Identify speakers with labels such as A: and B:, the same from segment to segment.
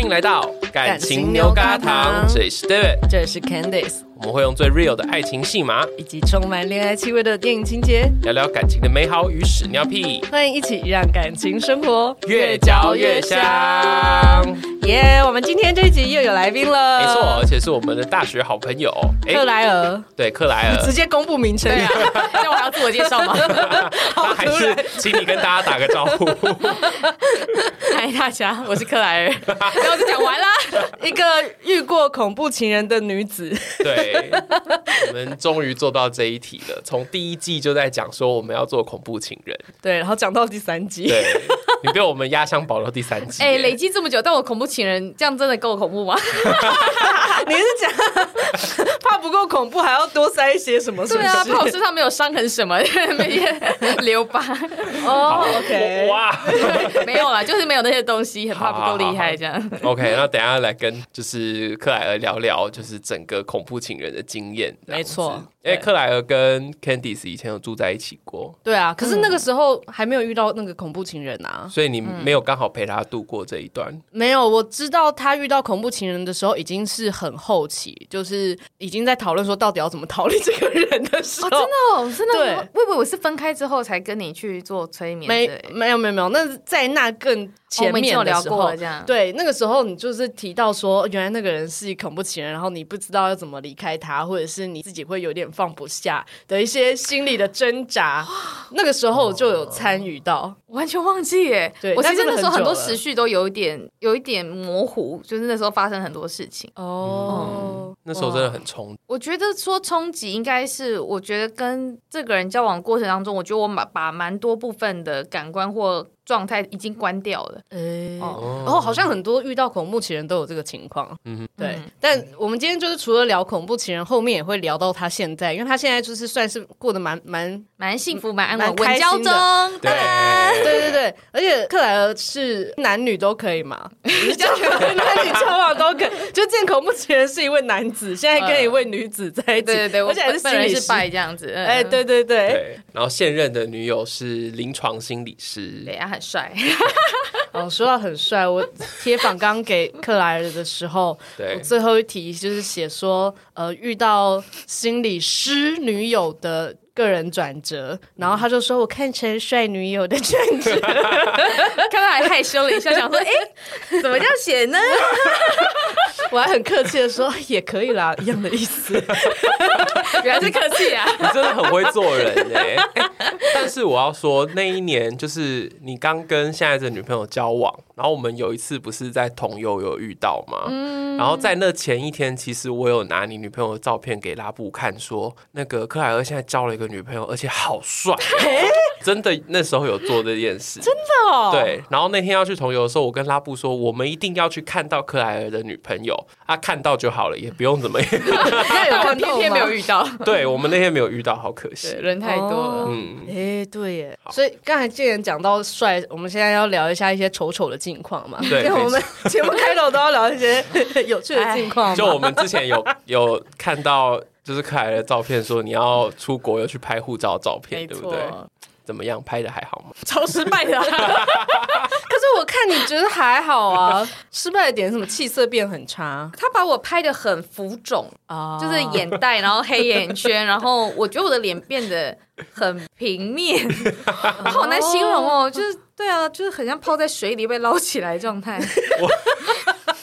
A: 迎来到感情牛轧糖，这里是 David，
B: 这里是 Candice，
A: 我们会用最 real 的爱情戏码
B: 以及充满恋爱气味的电影情节，
A: 聊聊感情的美好与屎尿屁，
B: 欢迎一起让感情生活
A: 越嚼越香。
B: 耶我们今天这一集又有来宾了，
A: 没错，而且是我们的大学好朋友哎呃
B: 克莱尔，
A: 对克莱尔
B: 直，接公布名称
C: 对啊，那我还要自我介绍吗？
A: 他还是请你跟大家打个招 呼。
C: 嗨，大家，我是克莱尔。然后就讲完啦。
B: 一个遇过恐怖情人的女子，
A: 对，我们终于做到这一题了。从第一季就在讲说我们要做恐怖情人，
B: 对，然后讲到第三 集，
A: 对你被我们压箱宝到第三季耶，
C: 哎、累积这么久，但我恐怖情人，这样真的够恐 怖吗？
B: 你是讲怕不够恐怖，还要多塞一些什么？是不
C: 对
B: 是嗯
C: 啊，怕我身上没有伤痕 什么，没留 疤，
B: 哦
A: 好
B: ，OK，
A: 哇。
C: 没有啦，就是没有那些东西，很怕不够厉害这样。
A: OK，那等一下来跟就是克莱尔聊聊，就是整个恐怖情人的经验。这样子
C: 没错
A: 因为
C: 对
A: 克莱尔跟 Candice 以前有住在一起过，
C: 对啊，
B: 可是那个时候还没有遇到那个恐怖情人啊，
A: 所以你没有刚好陪他度过这一段。
B: 没有，我知道他遇到恐怖情人的时候已经是很后期，就是已经在讨论说到底要怎么逃离这个人的时候。
C: 哦，真的哦，真
B: 对
C: 的，我以为我是分开之后才跟你去做催眠
B: 没
C: 的欸。
B: 没有没有没有，那是在那更前
C: 哦我们已经
B: 面
C: 有
B: 的
C: 聊
B: 时
C: 过
B: 候
C: 了这样
B: 对，那个时候你就是提到说，哦原来那个人是恐怖情人，然后你不知道要怎么离开他，或者是你自己会有点放不下的一些心理的挣 扎。那个时候我就有参与到，
C: 我完全忘记耶。
B: 对
C: 我其实
B: 但真的
C: 那时候
B: 很久
C: 很多
B: 了
C: 时序都有一点有一点模糊，就是那时候发生很多事情。
B: 哦，
A: 那时候真的很冲，
C: 我觉得说冲击应该是，我觉得跟这个人交往过程当中，我觉得我把把蛮多部分的感官或状态已经关掉了。
B: 诶
C: 哦，
B: 然后好像很多遇到恐怖情人都有这个情况，
A: 嗯
B: 嗯，对。但我们今天就是除了聊恐怖情人，后面也会聊到他现在，因为他现在就是算是过得蛮蛮，
C: 蛮幸福，嗯蛮安
B: 蛮
C: 稳，
B: 开
C: 稳交
B: 心的
C: 中。
A: 对，
B: 对对对，而且克莱尔是男女都可以嘛，你交往男女交往都可以，就见恐怖情人是一位男子，现在跟一位女子在一起，
C: 对对对，我
B: 而且还是
C: 本
B: 心
C: 本人
B: 理
C: 是
B: 师，
C: 拜这样子。嗯
B: 哎，对对对，
A: 对。然后现任的女友是临床心理
C: 对
A: 师，
C: 啊，很帅。
B: 哦，说到很帅，我贴访刚给克莱尔的时候，
A: 对
B: 我，最后一题就是写说，呃，遇到心理师女友的个人转折，然后他就说我看成帅女友的转 折，
C: 刚刚还害羞了一下， 想说，哎，怎么这样写呢？
B: 我还很客气的说也可以啦，一样的意思。
C: 原来是客气 啊。
A: 你真的很会做人哎、哎 但是我要说，那一年就是你刚跟现在的女朋友交往，然后我们有一次不是在同游有遇到吗？然后在那前一天，其实我有拿你女朋友的照片给拉布看说，那个克莱尔现在交了一个女朋友，而且好帅，哦真的那时候有做这件事，真的
B: 哦，
A: 对。然后那天要去同游的时候，我跟拉布说，我们一定要去看到克莱尔的女朋友，啊，看到就好了，也不用怎么样。
B: 那有
C: 但哎我
B: 看
C: 偏
B: 到
C: 偏没有
B: 吗
C: 遇到，
A: 对我们那天没有遇到，好可惜
C: 对，。人太多了。
B: 哦
A: 嗯，
B: 哎，对耶，所以刚才既然讲到帅，我们现在要聊一下一些丑丑的近况嘛。
A: 对
B: 因为我们
A: 没
B: 节目开头都要聊一些 有趣
C: 哎
B: 的近 况嘛。
A: 就我们之前有有看到，就是克莱的照片，说你要出国要去拍护照照片，对不对？怎么样，拍的还好吗？
C: 超失败 的啊。
B: 可是我看你觉得还好啊，失败的点是什么？气色变很差
C: 他把我拍的很浮肿，
B: 啊
C: 就是眼袋，然后黑眼圈，然后我觉得我的脸变得很平 面，好难形容哦，就是对啊，就是很像泡在水里被捞起来的状态。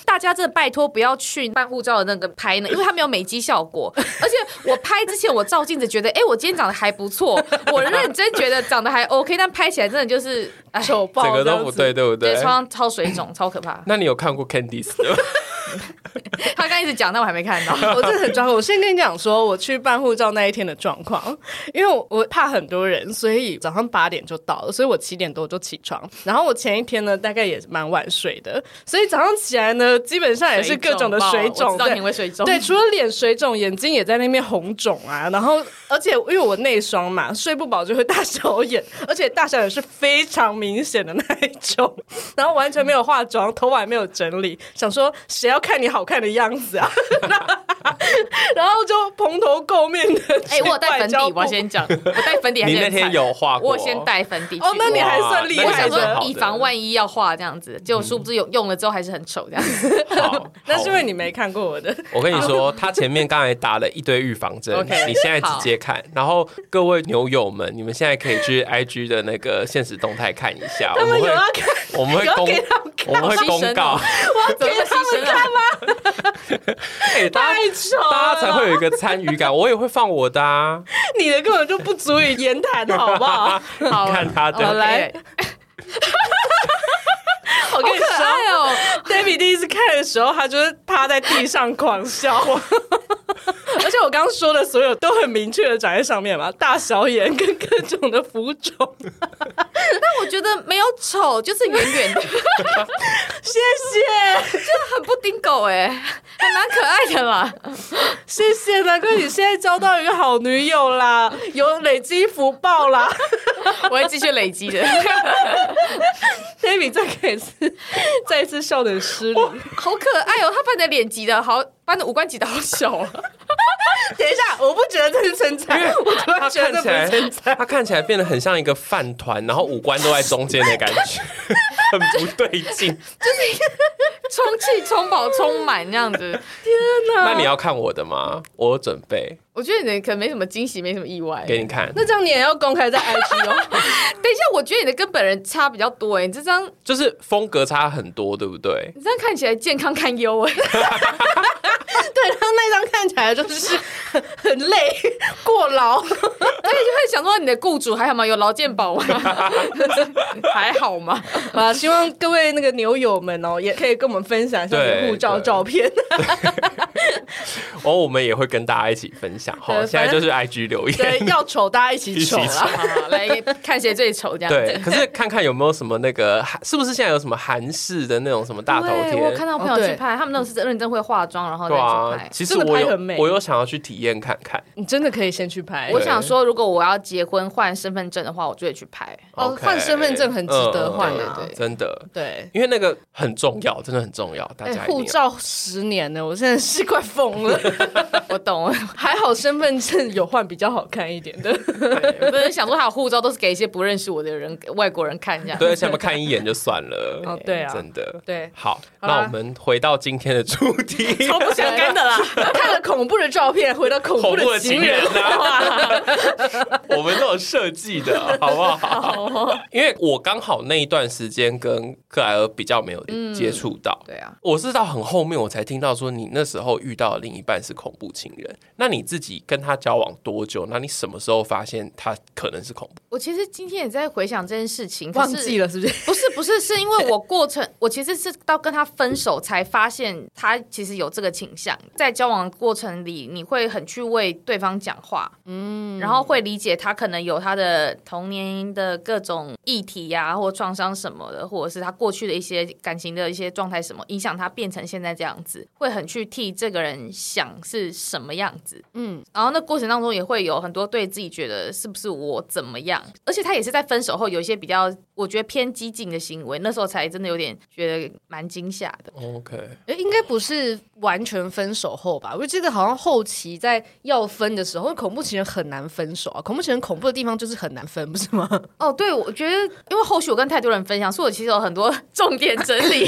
C: 大家真的拜托不要去办护照的那个拍呢，因为它没有美肌效果。而且我拍之前，我照镜子觉得，哎、我今天长得还不错，我认真觉得长得还 OK，但拍起来真的就是，哎，
B: 丑爆，
A: 整个都不对，。对不
C: 对，
A: 对？
C: 超超水肿，超可怕。
A: 那你有看过 Candice 的吗？
C: 他刚一直讲，但我还没看到。
B: 我真的很抓狂。我先跟你讲说，我去办护照那一天的状况， 因为我我怕很多人，所以早上八点就到了，所以我七点多就起床。然后我前一天呢，大概也蛮晚睡的，所以早上起来呢，基本上也是各种的水
C: 我
B: 肿，
C: 知道
B: 对
C: 你会水肿。
B: 对，除了脸水肿，眼睛也在那边红肿啊。然后，而且因为我内双嘛，睡不饱就会大小眼， 而且大小眼是非常明显 的那一种。然后完全没有化妆，头发也没有整理，想说谁要看你好看的样子啊， 然后就蓬头垢面的。
C: 哎、我有带粉底，我先讲，我带粉底还
A: 你
C: 是
A: 那
C: 很
A: 天
C: 惨
A: 有画过？
C: 我有先带粉底去
B: 哦，那你还算厉
C: 我
B: 害
A: 那你还
C: 想
A: 算
B: 的
A: 好
C: 说，以防万一要画这样子，
A: 嗯
C: 结果殊不知有用了之后还是很丑这样子。
A: 好，
B: 那是因为
A: 你。
B: 你没看过我的。
A: 我跟你说，他前面刚才打了一堆预防针
B: OK，
A: 你现在直接看。然后各位牛友们，你们现在可以去 IG 的那个现实动态看一下，我
B: 他
A: 们
B: 们有
A: 会
B: 要看，
A: 我们会
B: 有
A: 公
B: 给他们
A: 我们会
C: 好牺牲
A: 公
C: 哦
A: 告，
C: 我怎么牺牲啊？
A: 哎，大家
B: 太丑了，
A: 大家才会有一个参与感。我也会放我的啊，
B: 你的根本就不足以言谈，好不 好？
C: 好
A: 你看他的
C: 好哦 来，
B: 我
C: 好
B: 跟你
C: 可
B: 说。
C: 爱哦，
B: David 第一次看的时候，他就是趴在地上狂 笑，而且我刚刚说的所有都很明确的长在上面嘛，大小眼跟各种的浮肿。
C: 我觉得没有丑，就是圆圆的，
B: 谢谢，
C: 很不丁狗哎，还蛮可爱的啦。
B: 谢谢，难怪你现在交到一个好女友啦，有累积福报啦。
C: 我会继续累积的，
B: David 再给一次，再一次笑得很失礼。
C: 好可爱哦。他把你的脸挤的好，把你的五官挤的好小哦。
B: 哎等一下，我不觉得这是称赞，我突然
A: 他
B: 觉
A: 看
B: 得这
A: 起
B: 不是称
A: 来
B: 赞。
A: 他看起来变得很像一个饭团，然后五官都在中间的感觉，很不对劲。
C: 充气、充饱、充满这样子。
A: 那你要看我的吗？我有准备
C: 我觉得你的可能没什么惊喜，没什么意外。哎
A: 给你看，
B: 那这样你也要公开在 IG 哦？
C: 等一下，我觉得你的跟本人差比较多哎，你这张
A: 就是风格差很多，对不对？
C: 你这样看起来健康堪忧 哎。
B: 对，他那张看起来就是很很 累、过劳。
C: 所以就会想说，你的雇主还好吗？有劳健保吗？ 还 好吗？
B: 啊，希望各位那个牛友们哦，也可以跟我们分享一下你的
A: 对
B: 护照
A: 对
B: 照片。
A: 哦，我们也会跟大家一起分享。好，
B: 对
A: 现在就是 IG 留
B: 对
A: 言。，
B: 要丑大家一起丑
A: 一起
B: 啦。
C: 好好来看谁最丑这 样
A: 对
C: 子。，
A: 可是看看有没有什么那个，是不是现在有什么韩式的那种什么大头
C: 哦对我有看
A: 贴？
C: 到朋友去拍，他们那种是认真会化妆，然后再
A: 对
C: 去
A: 啊
C: 拍，。
A: 其实
B: 真的
A: 我
B: 拍
A: 有
B: 很美
A: 我有想要去体验看看。
B: 你真的可以先去拍。
C: 我想说，如果我要结婚换身份证的话，我就会去拍。
B: 哦
A: OK
B: 换身份证很值得
A: 嗯嗯
B: 换
A: 嗯
B: 啊
A: 对真的，
B: 对。
A: 因为那个很重要，真的很重要，大
B: 哎，
A: 家一定
B: 护
A: 要
B: 照十年了，我真的是快疯 了。
C: 我懂了，
B: 还好身份证有换比较好看一点的。
C: 我真的想说，他的护照都是给一些不认识我的人、外国人看这样。
A: 对，而且我们看一眼就算了。
B: 哦对啊
A: 真的。
B: 对，
A: 好，
B: 好啦
A: 那我们回到今天的主题，
B: 超不相 干的啦。看了恐怖的照片，回到恐
A: 恐
B: 怖
A: 怖
B: 的
A: 的情
B: 情
A: 人
B: 人。
A: 啊， 我们都有设计的，好 不好？
B: 哦
A: 因为我刚好那一段时间跟克莱尔比较没有
B: 嗯
A: 接触到。
C: 对啊，
A: 我是到很后面我才听到说，你那时候遇到的另一半是恐怖情人。那你自己跟他交往多久？那你什么时候发现他可能是恐怖？
C: 我其实今天也在回想这件事情，
B: 忘记
C: 了。
B: 了是不 是？
C: 不是不是，是因为我过程， 我其实是到跟他分手才发现他其实有这个倾向。在交往的过程里，你会很去为对方讲话，嗯，然后会理解他可能有他的童年的各种议题呀、或创伤什么的，或者是他过去的一些感情的一些状态什么，影响他变成现在这样子，会很去替这个人想是什么样子。然后那过程当中也会有很多对自己觉得是不是我怎么样，而且他也是在分手后有一些比较我觉得偏激进的行为，那时候才真的有点觉得蛮惊吓的。
A: OK，
B: 哎，应该不是完全分手后吧？我记得好像后期在要分的时候，恐怖情人很难分手啊。恐怖情人恐怖的地方就是很难分，不是 吗？
C: 哦，对，我觉得因为后续我跟太多人分享，所以我其实有很多重点整 理。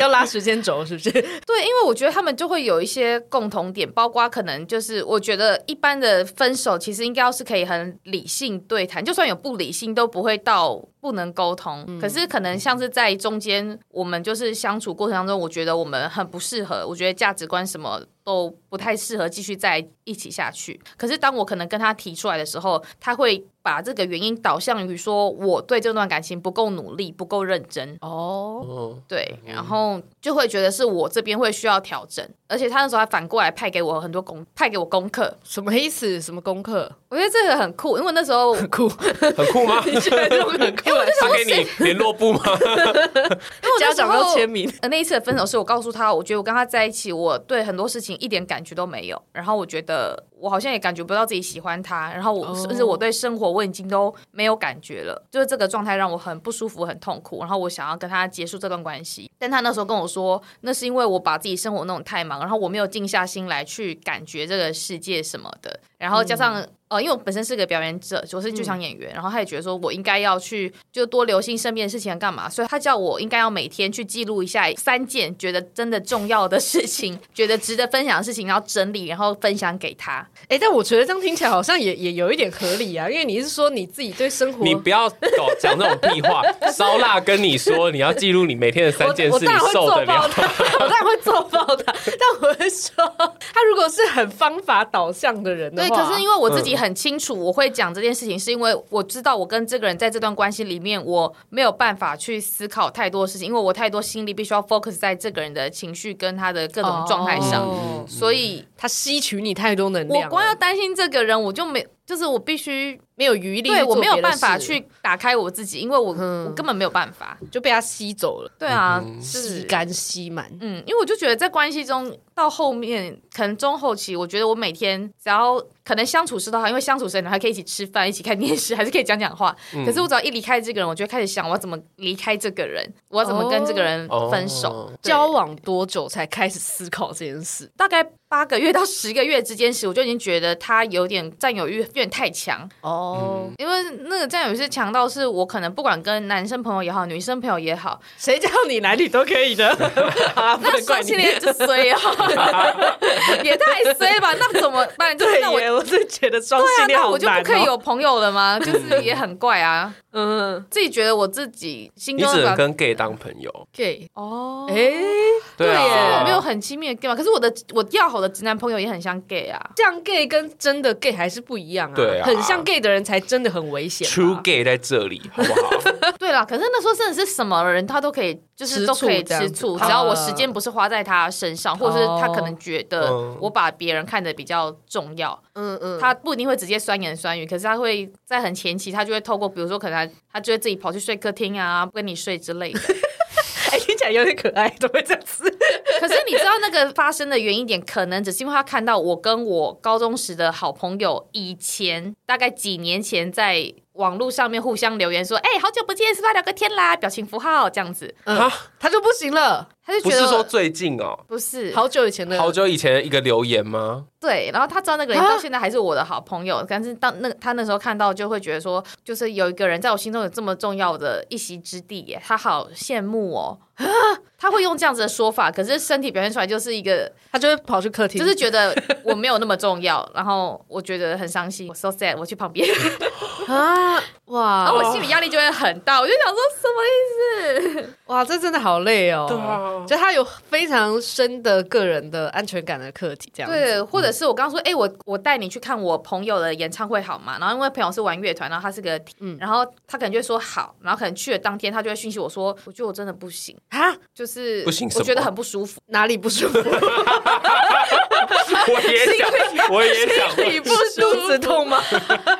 B: 要拉时间轴是不是？
C: 对，因为我觉得他们就会有一些共同点，包括可能就是我觉得一般的分手其实应该要是可以很理性对谈，就算有不理性都不会到不能沟通。可是可能像是在中间，我们就是相处过程当中，我觉得我们很不适合，我觉得价值观什么。都不太适合继续在一起下去。可是当我可能跟他提出来的时候，他会把这个原因导向于说我对这段感情不够努力、不够认 真，
B: 哦，
A: 嗯，
C: 对，然后就会觉得是我这边会需要调整，而且他那时候还反过来派给我很多功，派给我功课，
B: 什么意思？什么功 课？
C: 我觉得这个很酷，因为那时候
B: 很酷，
A: 很酷吗？ 啊
B: 你觉得这种很酷？
A: 他给你联络簿吗？
C: 因为我
B: 家长要签名。
C: 呃，那一次的分手是我告诉他，我觉得我跟他在一起，我对很多事情一点感觉都没有。然后我觉得我好像也感觉不到自己喜欢他。然后我、
B: 哦
C: 甚至我对生活我已经都没有感觉了，就是这个状态让我很不舒服、很痛苦。然后我想要跟他结束这段关系，但他那时候跟我说，那是因为我把自己生活弄得太忙，然后我没有静下心来去感觉这个世界什么的。然后加上、呃，因为我本身是个表演者，我是剧场演员，然后他也觉得说我应该要去就多留心身边的事情干嘛，所以他叫我应该要每天去记录一下三件觉得真的重要的事情，觉得值得分享的事情，然后整理，然后分享给他。
B: 哎、但我觉得这样听起来好像也也有一点合理啊，因为你是说你自己对生活，
A: 你不要搞讲那种屁话。烧腊跟你说，你要记录你每天的三件
B: 我我
A: 事，
B: 当
A: 你
B: 然会
A: 受得了
B: 做
A: 哦
B: 爆？ 他，我当然会做爆他。但我会说，他如果是很方法导向的人的
C: 对，
B: 话，
C: 可是因为我自己
A: 嗯
C: 很清楚，我会讲这件事情，是因为我知道我跟这个人在这段关系里面，我没有办法去思考太多事情，因为我太多心力必须要 focus 在这个人的情绪跟他的各种状态上，
B: 哦
C: 所以。
B: 他吸取你太多能量
C: 我
B: 了，
C: 光要担心这个人，我就没，就是我必须，
B: 没有余力，
C: 对我没有办法，去打开我自己，因为我、
B: 嗯
C: 我根本没有办法。
B: 就被他吸走了，
C: 对啊，
B: 吸
C: 是。
B: 干吸满。
C: 嗯，因为我就觉得在关系中到后面，可能中后期，我觉得我每天只要可能相处是都好，因为相处时你还可以一起吃饭、一起看电视， 还是可以讲讲话。可
B: 嗯
C: 是我只要一离开这个人，我就会开始想我要怎么离开这个人，我要怎么跟这个人
A: 哦
C: 分手。对
B: 交往多久才开始思考这件事？
C: 大概八个月到十个月之间时，我就已经觉得他有点占有欲有点太强，
B: 哦，
A: 嗯
C: 因为那个占有欲是强到是我可能不管跟男生朋友也好，女生朋友也好，
B: 谁叫你男女都可 以的？啊不
C: 那
B: 能怪
C: 双性
B: 你。
C: 恋就衰哦， 也太衰吧？那怎么办？就是
B: 对
C: 那我
B: 耶，我真的觉得
A: 哦
B: 双
C: 对
B: 性
C: 啊，
B: 恋
C: 那
B: 好
C: 我就不
B: 难
C: 可以
B: 哦。
C: 有朋友 了吗？就是也很怪啊，
B: 嗯，
C: 自己觉得我自己心
A: 你
C: 中
A: 只能
C: 的
A: 跟 gay 当朋友，
B: gay，
C: 哦，
B: 哎，
A: 对
C: 可是
A: 啊，
C: 我没有很亲密的 gay 嘛，可是我的我要好的直男朋友也很像 gay 啊。
B: 这样 gay 跟真的 gay 还是不一样啊。
A: 对啊
B: 很像 gay 的人才真的很危险啊吧。
A: true gay 在这里，好不好？
C: 对啦，可是那时候真的是什么人他都可以，就是
B: 吃
C: 都
B: 醋
C: 可以
B: 这样
C: 吃
B: 子
C: 醋，
B: 啊
C: 只要我时间不是花在他身上，或者是他可能觉得
A: 嗯
C: 我把别人看得比较重要，
B: 嗯嗯，
C: 他不一定会直接酸言酸语，可是他会在很前期，他就会透过，比如说可能他他就会自己跑去睡客厅啊，不跟你睡之类的。
B: 哎听起来有点可爱，都会这样子。
C: 可是你知道那个发生的原因点，可能只是因为他看到我跟我高中时的好朋友以前大概几年前在。网络上面互相留言说：“哎、好久不见，是吧？聊个天啦，表情符号这样子。
B: 嗯， 他就不行了。”
C: 他就
A: 不
C: 觉得
A: 是说最近哦，
C: 不是
B: 好久以前的，
A: 好久以前一个留言吗？
C: 对，然后他知道那个人
B: 啊
C: 到现在还是我的好朋友，但是当那他那时候看到，就会觉得说，就是有一个人在我心中有这么重要的一席之地耶，他好羡慕哦。他会用这样子的说法，可是身体表现出来就是一个，
B: 他就会跑去客厅，
C: 就是觉得我没有那么重要，然后我觉得很伤心，我 so sad，我去旁边，
B: 啊，
C: 然后
B: 哇
C: 我心理压力就会很大，我就想说什
A: 哦
C: 么意
B: 哇，这真的好累哦。
A: 对啊
B: 就他有非常深的个人的安全感的课题，这样子。
C: 对，或者是我刚刚说，哎、我我带你去看我朋友的演唱会好吗？然后因为朋友是玩乐团，然后他是个，
B: 嗯
C: 然后他可能就会说好，然后可能去了当天，他就会讯息我说，我觉得我真的不行，
B: 啊，
C: 就是
A: 不行什么
C: 我觉得很不舒服，
B: 哪里不舒 服？
A: 我也想，我也想问，
B: 不肚子痛吗？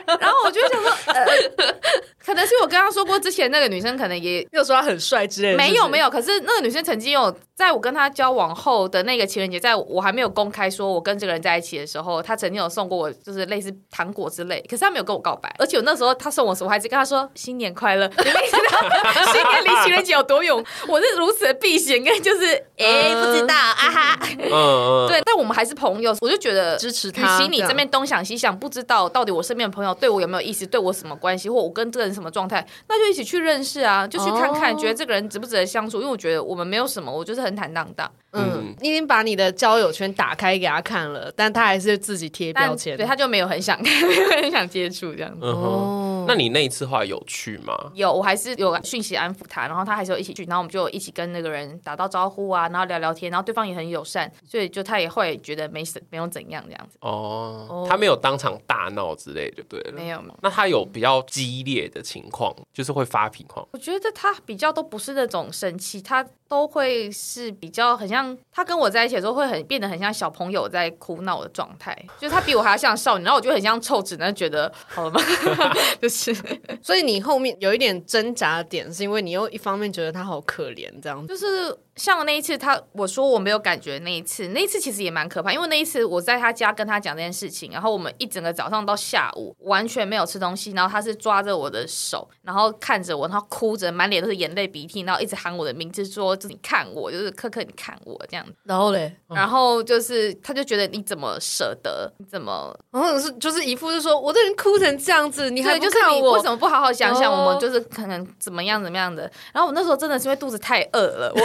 C: 然后我就会想说，呃， 可能是我跟他说过，之前那个女生可能也。
B: 又说他很帅之类的，
C: 没有没
B: 有，
C: 有，可是那个女生曾经有在我跟她交往后的那个情人节，在我还没有公开说我跟这个人在一起的时候，她曾经有送过我就是类似糖果之类，可是她没有跟我告白，而且我那时候她送我什么，我还是跟她说新年快乐，你们知道新年离情人节有多远？我是如此的避嫌，跟就是哎、不知道啊哈，
A: 嗯嗯，
C: 对，但我们还是朋友，我就觉得
B: 支持
C: 与
B: 他
C: 其你
B: 这样
C: 这边东想西想，不知道到底我身边的朋友对我有没有意思，对我什么关系，或我跟这个人什么状态，那就一起去认识啊，就去看看，
B: 哦
C: 觉得这个人值不值得相处。因为我觉得我们没有什么，我就是很坦荡荡。
B: 嗯
A: 嗯，
B: 你已经把你的交友圈打开给他看了，但他还是自己贴标
C: 但
B: 签。
C: 对他就没有很想， 没有很想接触这样子。
A: 嗯哼。
B: 哦，
A: 那你那一次后来有去吗？
C: 有，我还是有讯息安抚他，然后他还是有一起去，然后我们就一起跟那个人打到招呼啊，然后聊聊天，然后对方也很友善，所以就他也会觉得没什没有怎样这样子，
A: 哦
B: 哦，
A: 他没有当场大闹之类，就对了
C: 没。有。
A: 那他有比较 激烈的情况，就是会发脾况。
C: 我觉得他比较都不是那种生气，他都会是比较很像他跟我在一起的时候会很变得很像小朋友在哭闹的状态，就是他比我还要像少女，然后我就很像臭直男，觉得好了吗？ 就是
B: 所以你后面有一点挣扎的点，是因为你又一方面觉得他好可怜这样子，
C: 就是像那一次他我说我没有感觉那一次，那一次其实也蛮可怕，因为那一次我在他家跟他讲这件事情，然后我们一整个早上到下午完全没有吃东西，然后他是抓着我的手，然后看着我，然后哭着，满脸都是眼泪鼻涕，然后一直喊我的名字说就是你看我，就是科科你看我这样子，
B: 然后嘞，
C: 然后就是他就觉得你怎么舍得，你怎么
B: 然后是就是一副是说我的人哭成这样子，你还
C: 对，
B: 不
C: 就是
B: 看
C: 你
B: 我
C: 为什么不好好想想，
B: 哦
C: 我们就是可能怎么样怎么样的。然后我那时候真的是因为肚子太饿了，我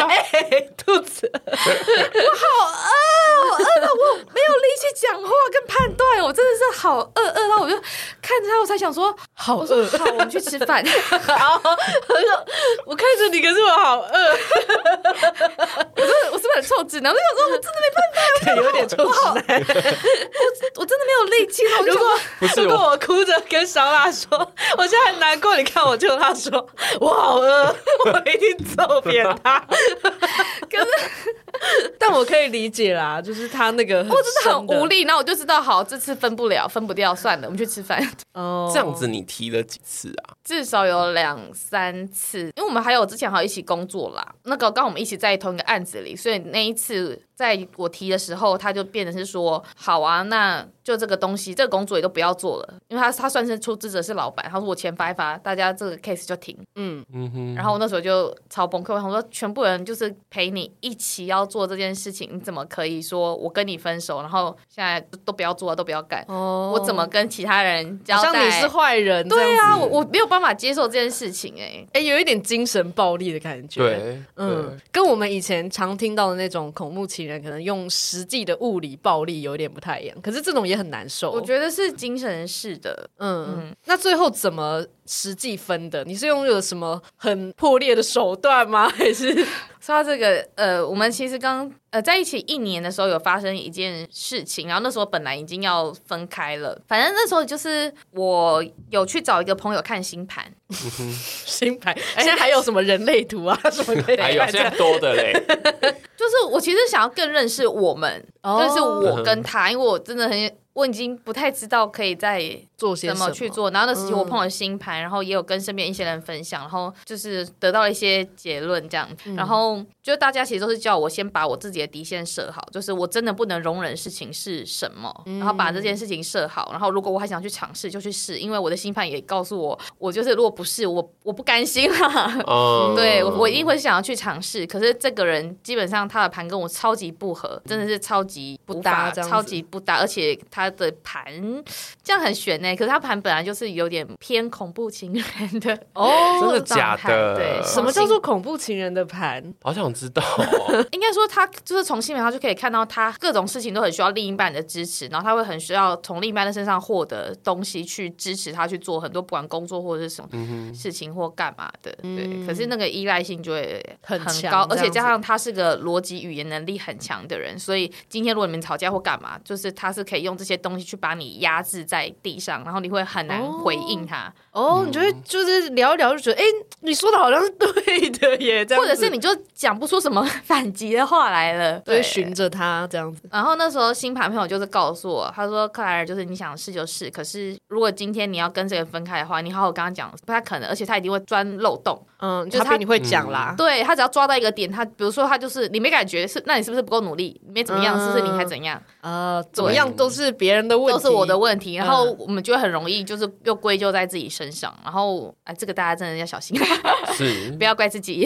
B: 肚子
C: 好饿到我没有力气讲话跟判断，我真的是好饿饿到我就看着他，我才想说
B: 好
C: 我说
B: 饿，
C: 好，我们去吃饭。
B: 我看着你，可是我好饿，
C: 我是不是很臭直男？我就想说我真的没办
B: 有点臭直男。
C: 法，我真的没有力气了。我就
B: 如果
C: 想说
A: 不是
B: 如果
A: 我，
B: 我哭着跟小拉说，我现在很难过，你看我就他说我好饿， 我一定揍扁他。可是，但我可以理解啦，就是他那个
C: 我真的很无
B: 力
C: 力，然后我就知道好，这次分不了，分不掉，算了，我们去吃饭。
B: 哦
A: 这样子你提了几次啊？
C: 至少有两三次，因为我们还有之前还有一起工作啦，那个刚好我们一起在同一个案子里，所以那一次在我提的时候，他就变成是说，好啊，那就这个东西，这个工作也都不要做了，因为他他算是出资者是老板，他说我钱发一发，大家这个 case 就停。
A: 嗯哼，
C: 然后我那时候就超崩溃，我想说，全部人就是陪你一起要做这件事情，你怎么可以说我跟你分手，然后现在都不要做，都不要干？
B: 哦
C: 我怎么跟其他人交
B: 好
C: 代？
B: 像你是坏人？
C: 对
B: 呀、
C: 啊，我我没有办法接受这件事情哎、
B: 哎、有一点精神暴力的感觉。。
A: 对，
B: 嗯
A: 嗯，，
B: 跟我们以前常听到的那种恐怖情人，可能用实际的物理暴力有点不太一样，可是这种也很难受。
C: 我觉得是精神是的，
B: 嗯，那最后怎么实际分的？你是用有什么很破裂的手段吗？还是
C: 说到这个，呃，我们其实刚呃在一起一年的时候有发生一件事情，然后那时候本来已经要分开了，反正那时候就是我有去找一个朋友看星盘，
B: 新 牌？现在还有什么人类图 啊？什么可以
A: 哎还有
B: 看
A: 现
B: 这样
A: 在多的 嘞，
C: 就是我其实想要更认识我们，
B: 哦
C: 就是我跟他，因为我真的很我已经不太知道可以在
B: 做些
C: 怎么去？做。然后那时期我碰了星盘，然后也有跟身边一些人分享，然后就是得到了一些结论这样。然后就大家其实都是叫我先把我自己的底线设好，就是我真的不能容忍事情是什么，然后把这件事情设好。然后如果我还想去尝试，就去试，因为我的星盘也告诉我，我就是如果不是我，我不甘心啊啦。
A: 嗯，
C: 对我，我一定会想要去尝试。可是这个人基本上他的盘跟我超级不合，真的是超级
B: 不
C: 无
B: 搭
C: 法
B: 这样
C: 超
B: 子
C: 级不搭，而且他的盘这样很悬欸呢、可是他盘本来就是有点偏恐怖情人的
B: 哦，
A: 真的
C: 状
A: 假
C: 态
A: 的
C: 对，
B: 什么叫做恐怖情人的盘？
A: 好想知道 哦，
C: 应该说他就是从新闻上就可以看到，他各种事情都很需要另一半的支持，然后他会很需要从另一半的身上获得东西去支持他去做很多，不管工作或者是什
B: 嗯
C: 么事情或干嘛的。对，可是那个依赖性就会
B: 很
C: 很
B: 强
C: 高，
B: 这
C: 而且
B: 样
C: 加
B: 子
C: 上他是个逻辑语言能力很强的人，所以今天如果你们吵架或干嘛，就是他是可以用这些东西去把你压制在地上，然后你会很难回应他，
B: 哦，
A: 嗯
B: 你就会就是聊一聊就觉得，哎、你说的好像是对的耶，这样
C: 或
B: 子
C: 者是你就讲不出什么 反击的话来了。
B: 就会
C: 对，
B: 循着他这样子。
C: 然后那时候新盘朋友就是告诉我，他说克莱尔就是你想试就试，可是如果今天你要跟这个人分开的话，你好好跟他讲，不太可能，而且他一定会钻漏洞。
B: 嗯，
C: 就
B: 他
C: 是
B: 嗯
C: 他
B: 比你会讲啦。
C: 对他只要抓到一个点，他比如说他就是你没感觉是，那你是不是不够努力？你没怎么样，
B: 嗯
C: 是不是你还怎样？
B: 啊，怎么样都是别人的问
C: 呃都
B: 题，
C: 是我的问题。然后我们就会很容易就是又归咎在自己身上。然后哎，这个大家真的要小 心，
A: 是
C: 不要怪自己。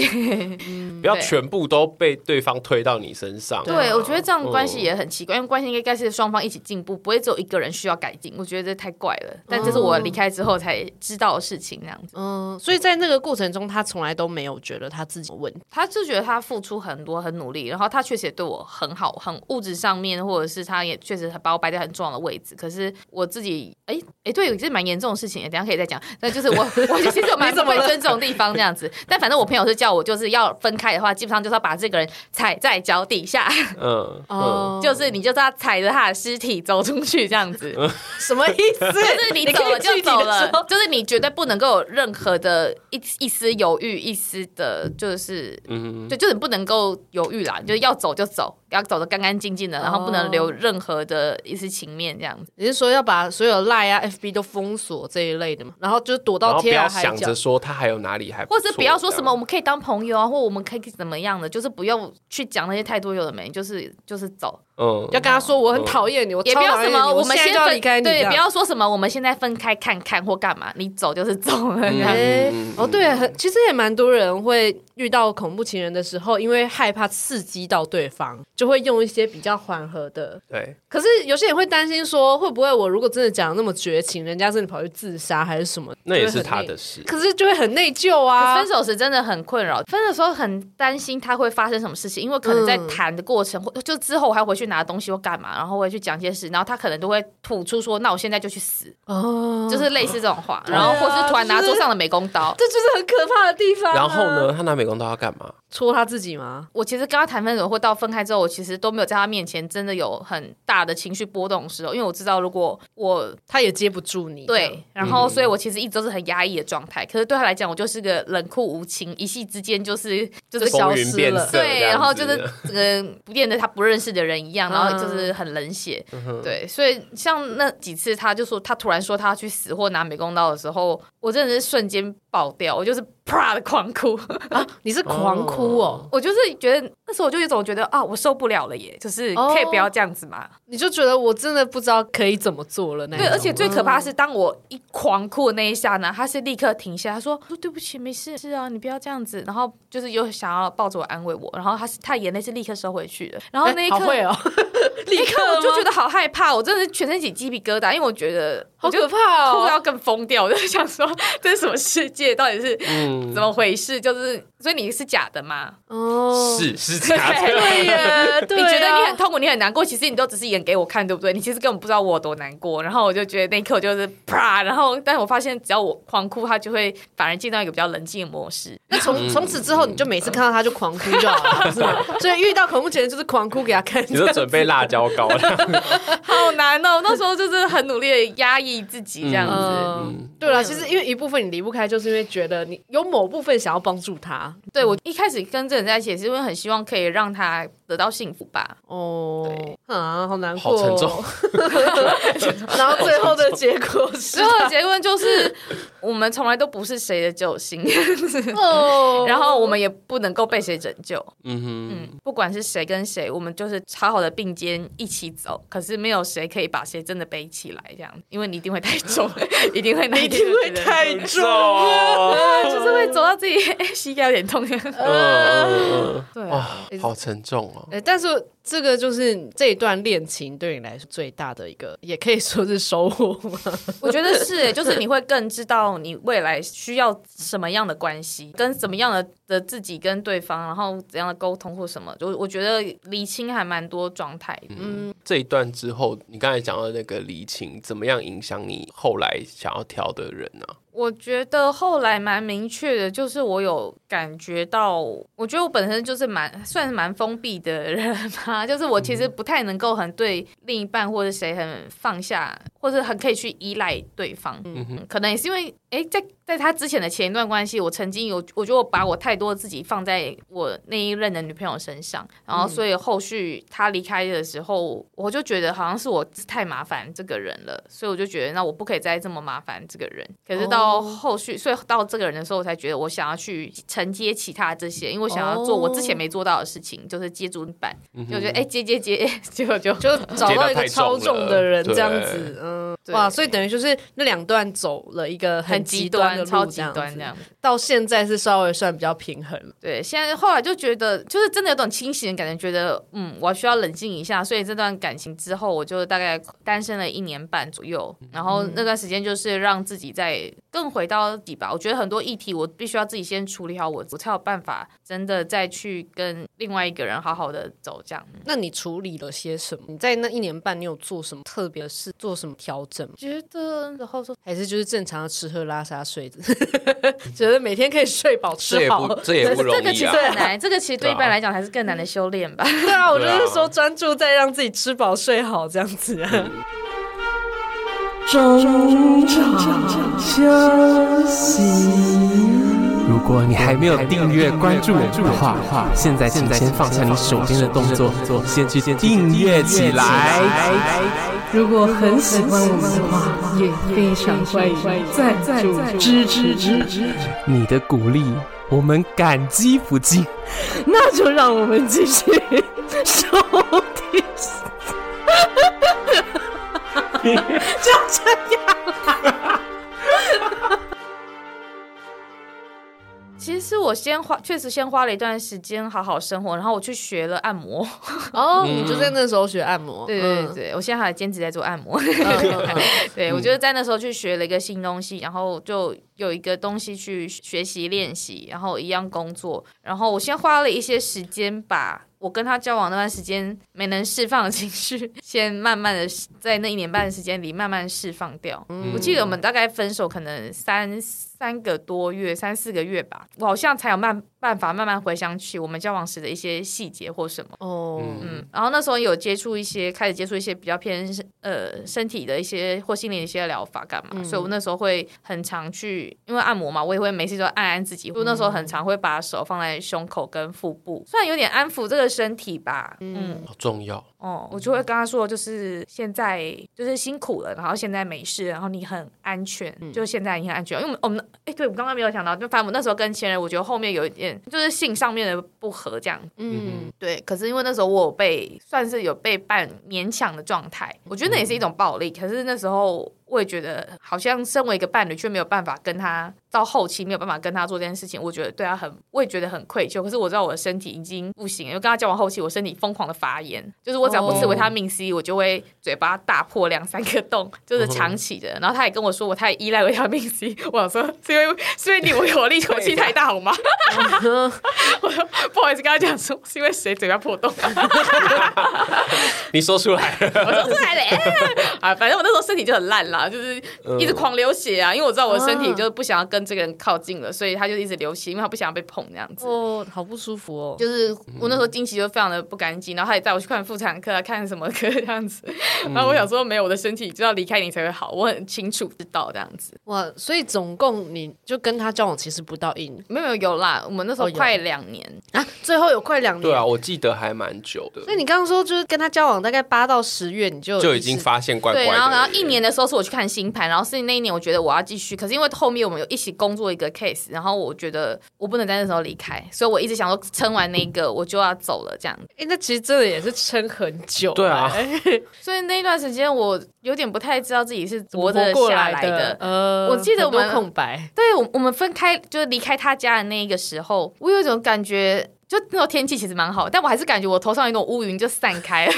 A: 不要
C: 嗯对
A: 全部都被对方推到你身上。
B: 对
C: 对，哦
B: 啊
C: 我觉得这样关系也很奇怪，因为关系应该是双方一起进步，不会只有一个人需要改进。我觉得这太怪了，但这是我离开之后才知道的事情，那样子。
B: 嗯，所以在那个过程中，他从来都没有觉得他自己有问题。
C: 他就觉得他付出很多，很努力，然后他确实也对我很好，很物质上面，或者是他也确实把我摆在很重要的位置。可是我自己，哎 哎，对，有一件蛮严重的事情，等一下可以再讲。那就是我，我其实有蛮
B: 你怎
C: 不
B: 么
C: 被
B: 了
C: 尊重的地方这样子，但反正我朋友是叫我就是要分开的话，基本上就是要把这个人踩在脚底下，
A: 嗯，嗯，
B: 哦，
C: 就是你就是要踩着他的尸体走出去这样子。
B: 什么意 思？
C: 就是你走了
B: 可以具
C: 就
B: 体地
C: 走了
B: 说，
C: 就是你绝对不能够有任何的一一丝犹豫，一丝的，就是
A: 嗯，
C: 对，就是你不能够犹豫啦，你就是要走就走，要走的干干净净的，然后不能留任何的一丝情面这样子。
B: 你是说要把所有赖啊、FB 都封锁这一类的嘛？然后就躲
A: 然
B: 到
A: 后不
B: 天
A: 要
C: 哦
B: 涯海
A: 想
B: 角
A: 着，说他还有哪里还不
C: 或
A: 错，
C: 是不要说
A: 这样
C: 什么我们可以当朋友啊，或我们可以怎么样的，就是不用去讲那些太多有的没，就是就是走，
A: 嗯，
B: 要跟他说我很讨厌你，我
C: 也
B: 超
C: 不要
B: 讨
C: 什
B: 厌你
C: 么
B: 我
C: 们
B: 现在
C: 先
B: 就要
C: 分
B: 离开你这
C: 对，
B: 样，
C: 不要说什么我们现在分开看看或干嘛，你走就是走了这样。
A: 嗯嗯嗯
B: 哦，对，很其实也蛮多人会遇到恐怖情人的时候，因为害怕刺激到对方，就会用一些比较缓和的。
A: 对，
B: 可是有些人会担心说，会不会我如果真的讲得那么绝情，人家真的跑去自杀还是什么？
A: 那也
B: 就会
A: 是
B: 很
A: 他
B: 内
A: 的。 事，
B: 可是就会很内疚啊，
C: 分手时真的很困扰，分手的时候很担心他会发生什么事情，因为可能在
B: 嗯
C: 谈的过程，或就之后我还回去拿东西或干嘛，然后会去讲一些事，然后他可能都会吐出说：“那我现在就去死。
B: 哦，
C: 就是类似这种话，
B: 啊
C: 然后或是突然拿桌上的美工刀。
B: 这就是很可怕的地方啊、
A: 然后呢，他拿美工刀要干嘛？
B: 戳他自己吗？
C: 我其实跟他谈分手或到分开之后，我其实都没有在他面前真的有很大的情绪波动的时候，因为我知道如果我
B: 他也接不住你，这样
C: 对，然后所以我其实一直都是很压抑的状态。可是对他来讲，我就是个冷酷无情，一夕之间就是就是 消
A: 风
C: 失
A: 云变
B: 了
A: 色这样子，
C: 对，然后就是整个变得他不认识的人一样，
B: 嗯
C: 然后就是很冷血。
A: 嗯
C: 对，所以像那几次，他就说他突然说他要去死或拿美工刀的时候，我真的是瞬间爆掉，我就是啪的狂哭。
B: 啊，你是狂哭哦，
C: 我就是觉得那时候我就有一种觉得啊，我受不了了耶，就是
B: 哦
C: 可以不要这样子嘛。
B: 你就觉得我真的不知道可以怎么做了那哎一
C: 对，
B: 种嗯
C: 而且最可怕的是，当我一狂哭的那一下呢，他是立刻停下，他说：“说对不起，没事，是啊，你不要这样子。”然后就是又想要抱着我安慰我，然后他是他眼泪是立刻收回去的。然后那一刻，
B: 哎好 会哦，
C: 立刻我就觉得好害怕，我真的是全身起鸡皮疙瘩，因为我觉得我
B: 好
C: 就
B: 可怕
C: 哭
B: 哦。
C: 到更疯掉， 我就想说这是什么世界，到底是
A: 嗯
C: 怎么回事？就是所以你是假的吗？
B: 哦，
A: 是
C: 嗯
A: 是假 的，
B: 对耶，对
C: 你
B: 啊
C: 觉得你很痛苦，你很难过，其实你都只是演给我看，对不对？你其实根本不知道我有多难过。然后我就觉得那一刻我就是啪，然后但我发现只要我狂哭，他就会反而进到一个比较冷静的模式。
B: 那从
A: 嗯
B: 从此之后，你就每次看到他就狂哭就好了，不是 吗？所以遇到恐怖情人就是狂哭给他看。
A: 你就准备辣椒膏了，
C: 好难哦，那时候就是很努力的压抑自己这样子。
B: 嗯，对了，其实因为一部分你离不开，就是因为觉得你有某部分想要帮助他
C: 对我一开始跟这个人在一起，也是因为很希望可以让他得到幸福吧。
B: 哦，啊，好难
A: 好
B: 过，
A: 沉重。
B: 然后最后的结果是
C: 最后的结论就是，我们从来都不是谁的救星，
B: 哦，
C: 然后我们也不能够被谁拯救。
A: 嗯
C: 嗯，不管是谁跟谁，我们就是好好的并肩一起走。可是没有谁可以把谁真的背起来，这样，因为你一定会太重， 一定会哪
B: 一定
C: 天就
B: 会
C: 觉得
B: 太
A: 哼，
B: 重。
A: 了，
C: 就是会走到自己 膝盖有点痛。
A: 嗯，
C: 对啊、
A: 哇，好沉重哦。
B: 呃，但是这个就是这一段恋情对你来说最大的一个，也可以说是收获吗？
C: 我觉得是耶，就是你会更知道你未来需要什么样的关系，跟什么样的的自己跟对方，然后怎样的沟通或什么。就我觉得理清还蛮多状态
B: 嗯
C: 的。
A: 这一段之后，你刚才讲到那个离情，怎么样影响你后来想要挑的人啊呢、
C: 我觉得后来蛮明确的，就是我有感觉到，我觉得我本身就是蛮算是蛮封闭的人吧，啊就是我其实不太能够很对另一半或者谁很放下，或者很可以去依赖对方。嗯
A: 哼
C: 可能也是因为，哎，在在他之前的前一段关系，我曾经有，我觉得我把我太多自己放在我那一任的女朋友身上，然后所以后续他离开的时候，我就觉得好像是我太麻烦这个人了，所以我就觉得那我不可以再这么麻烦这个人。可是到后续，所以到这个人的时候，我才觉得我想要去承接其他这些，因为我想要做我之前没做到的事情，就是接主板，就觉得哎、接接接， 结 果就
B: 就找到一
A: 接得
B: 个
A: 太
B: 超
A: 重
B: 重的人
A: 了
B: 这样
A: 对
B: 子，嗯，
C: 对
B: 哇，所以等于就是那两段走了一个
C: 很
B: 极
C: 极
B: 端的
C: 端，
B: 路
C: 超极
B: 这样
C: 端
B: 子
C: 这样。
B: 到现在是稍微算比较平衡了。
C: 对，现在后来就觉得，就是真的有种清醒的感觉，觉得嗯，我需要冷静一下。所以这段感情之后，我就大概单身了一年半左右，然后那段时间就是让自己再更回到底吧。我觉得很多议题，我必须要自己先处理好我，我才有办法真的再去跟另外一个人好好的走这样。
B: 那你处理了些什么？你在那一年半，你有做什么特别的事，做什么调整吗？
C: 觉得然后说
B: 还是就是正常的吃喝拉撒睡 子，觉得每天可以睡饱
A: 这
B: 吃
A: 也
B: 好
A: 不。这也不容
C: 这个其
A: 易
C: 实
A: 啊。
C: 很难，这个其实对一般来讲还是更难的修炼 吧。
B: 对啊，我就
A: 对啊
B: 是说专注在让自己吃饱睡好这样子、啊。
D: 如果你还没有订阅关注我们的话，现在请先放下你手边的动作，先去订阅起来。
E: 如果很喜欢我们的话，也非常欢迎赞助支持支持，
D: 你的鼓励，我们感激不尽。
E: 那就让我们继续收听。
C: 其实是我先花，确实先花了一段时间好好生活，然后我去学了按摩。
F: 哦，
A: 嗯
F: 你就在那时候学按摩，
C: 对对
B: 嗯
C: 对对，我现在还兼职在做按摩。对，我就是在那时候去学了一个新东西，然后就有一个东西去学习练习，然后一样工作，然后我先花了一些时间把。我跟他交往那段时间没能释放的情绪， 先慢慢的在那一年半的时间里慢慢释放掉。
B: 嗯
C: 我记得我们大概分手可能三三个多月、三四个月吧，我好像才有慢办法慢慢回想起我们交往时的一些细节或什么。
F: 哦，
C: 嗯，然后那时候有接触一些，开始接触一些比较偏身呃身体的一些或心理的一些疗法干嘛，所以我那时候会很常去，因为按摩嘛，我也会没事就按按自己，我那时候很常会把手放在胸口跟腹部，虽然有点安抚这个身体吧，嗯，
A: 好重要，
C: 哦，我就会跟他说，就是现在就是辛苦了，然后现在没事，然后你很安全，就现在你很安全。因为我们我们哎，对我刚刚没有想到，就反正我那时候跟前任，我觉得后面有一点就是性上面的不合这样。嗯，对。可是因为那时候我有被算是有被半勉强的状态，我觉得那也是一种暴力。可是那时候。我也觉得，好像身为一个伴侣，却没有办法跟他到后期没有办法跟他做这件事情，我觉得对他很，我也觉得很愧疚。可是我知道我的身体已经不行了，因为跟他交往后期，我身体疯狂的发炎，就是我只要不吃维他命 C，、我就会嘴巴大破两三个洞，就是长期的。然后他也跟我说，我太依赖维他命 C。我想说，是因为是因为你我有力口气太大好吗？ 我说不好意思跟他讲说，是因为谁嘴巴破洞、啊
A: 你说出来了，
C: 我说出来嘞、 啊，反正我那时候身体就很烂啦，就是一直狂流血啊，因为我知道我的身体就是不想要跟这个人靠近了，所以他就一直流血，因为他不想要被碰那样子。
F: 哦，好不舒服哦，
C: 就是我那时候经期就非常的不干净，然后他也带我去看妇产科、啊，看什么科这样子。然后我想说，没有我的身体就要离开你才会好，我很清楚知道这样子。
F: 哇，所以总共你就跟他交往其实不到一年
C: 没有有啦，我们那时候
F: 哦有
C: 快两年，
F: 啊，最后有快两年，
A: 对啊，我记得还蛮久的
F: 所以，你刚刚说就是跟他交往大概八到十月，你就有
A: 就已
F: 意识
A: 经发现怪怪
C: 对，然后然后
A: 的。
C: 一年的时候是我去看星盘，然后是那一年我觉得我要继续，可是因为后面我们有一起工作一个 case，然后我觉得我不能在那时候离开，所以我一直想说撑完那个我就要走了这样。
F: 哎、那其实真的也是撑很久、
A: 对啊
F: 哎
C: 所以那一段时间我有点不太知道自己是
F: 怎么
C: 活着
F: 活过
C: 下
F: 来
C: 的。
F: 呃，
C: 我记得
F: 很多
C: 我们
F: 空白，
C: 对，我我们分开就是离开他家的那一个时候，我有一种感觉，就那时候天气其实蛮好，但我还是感觉我头上有一种乌云就散开了，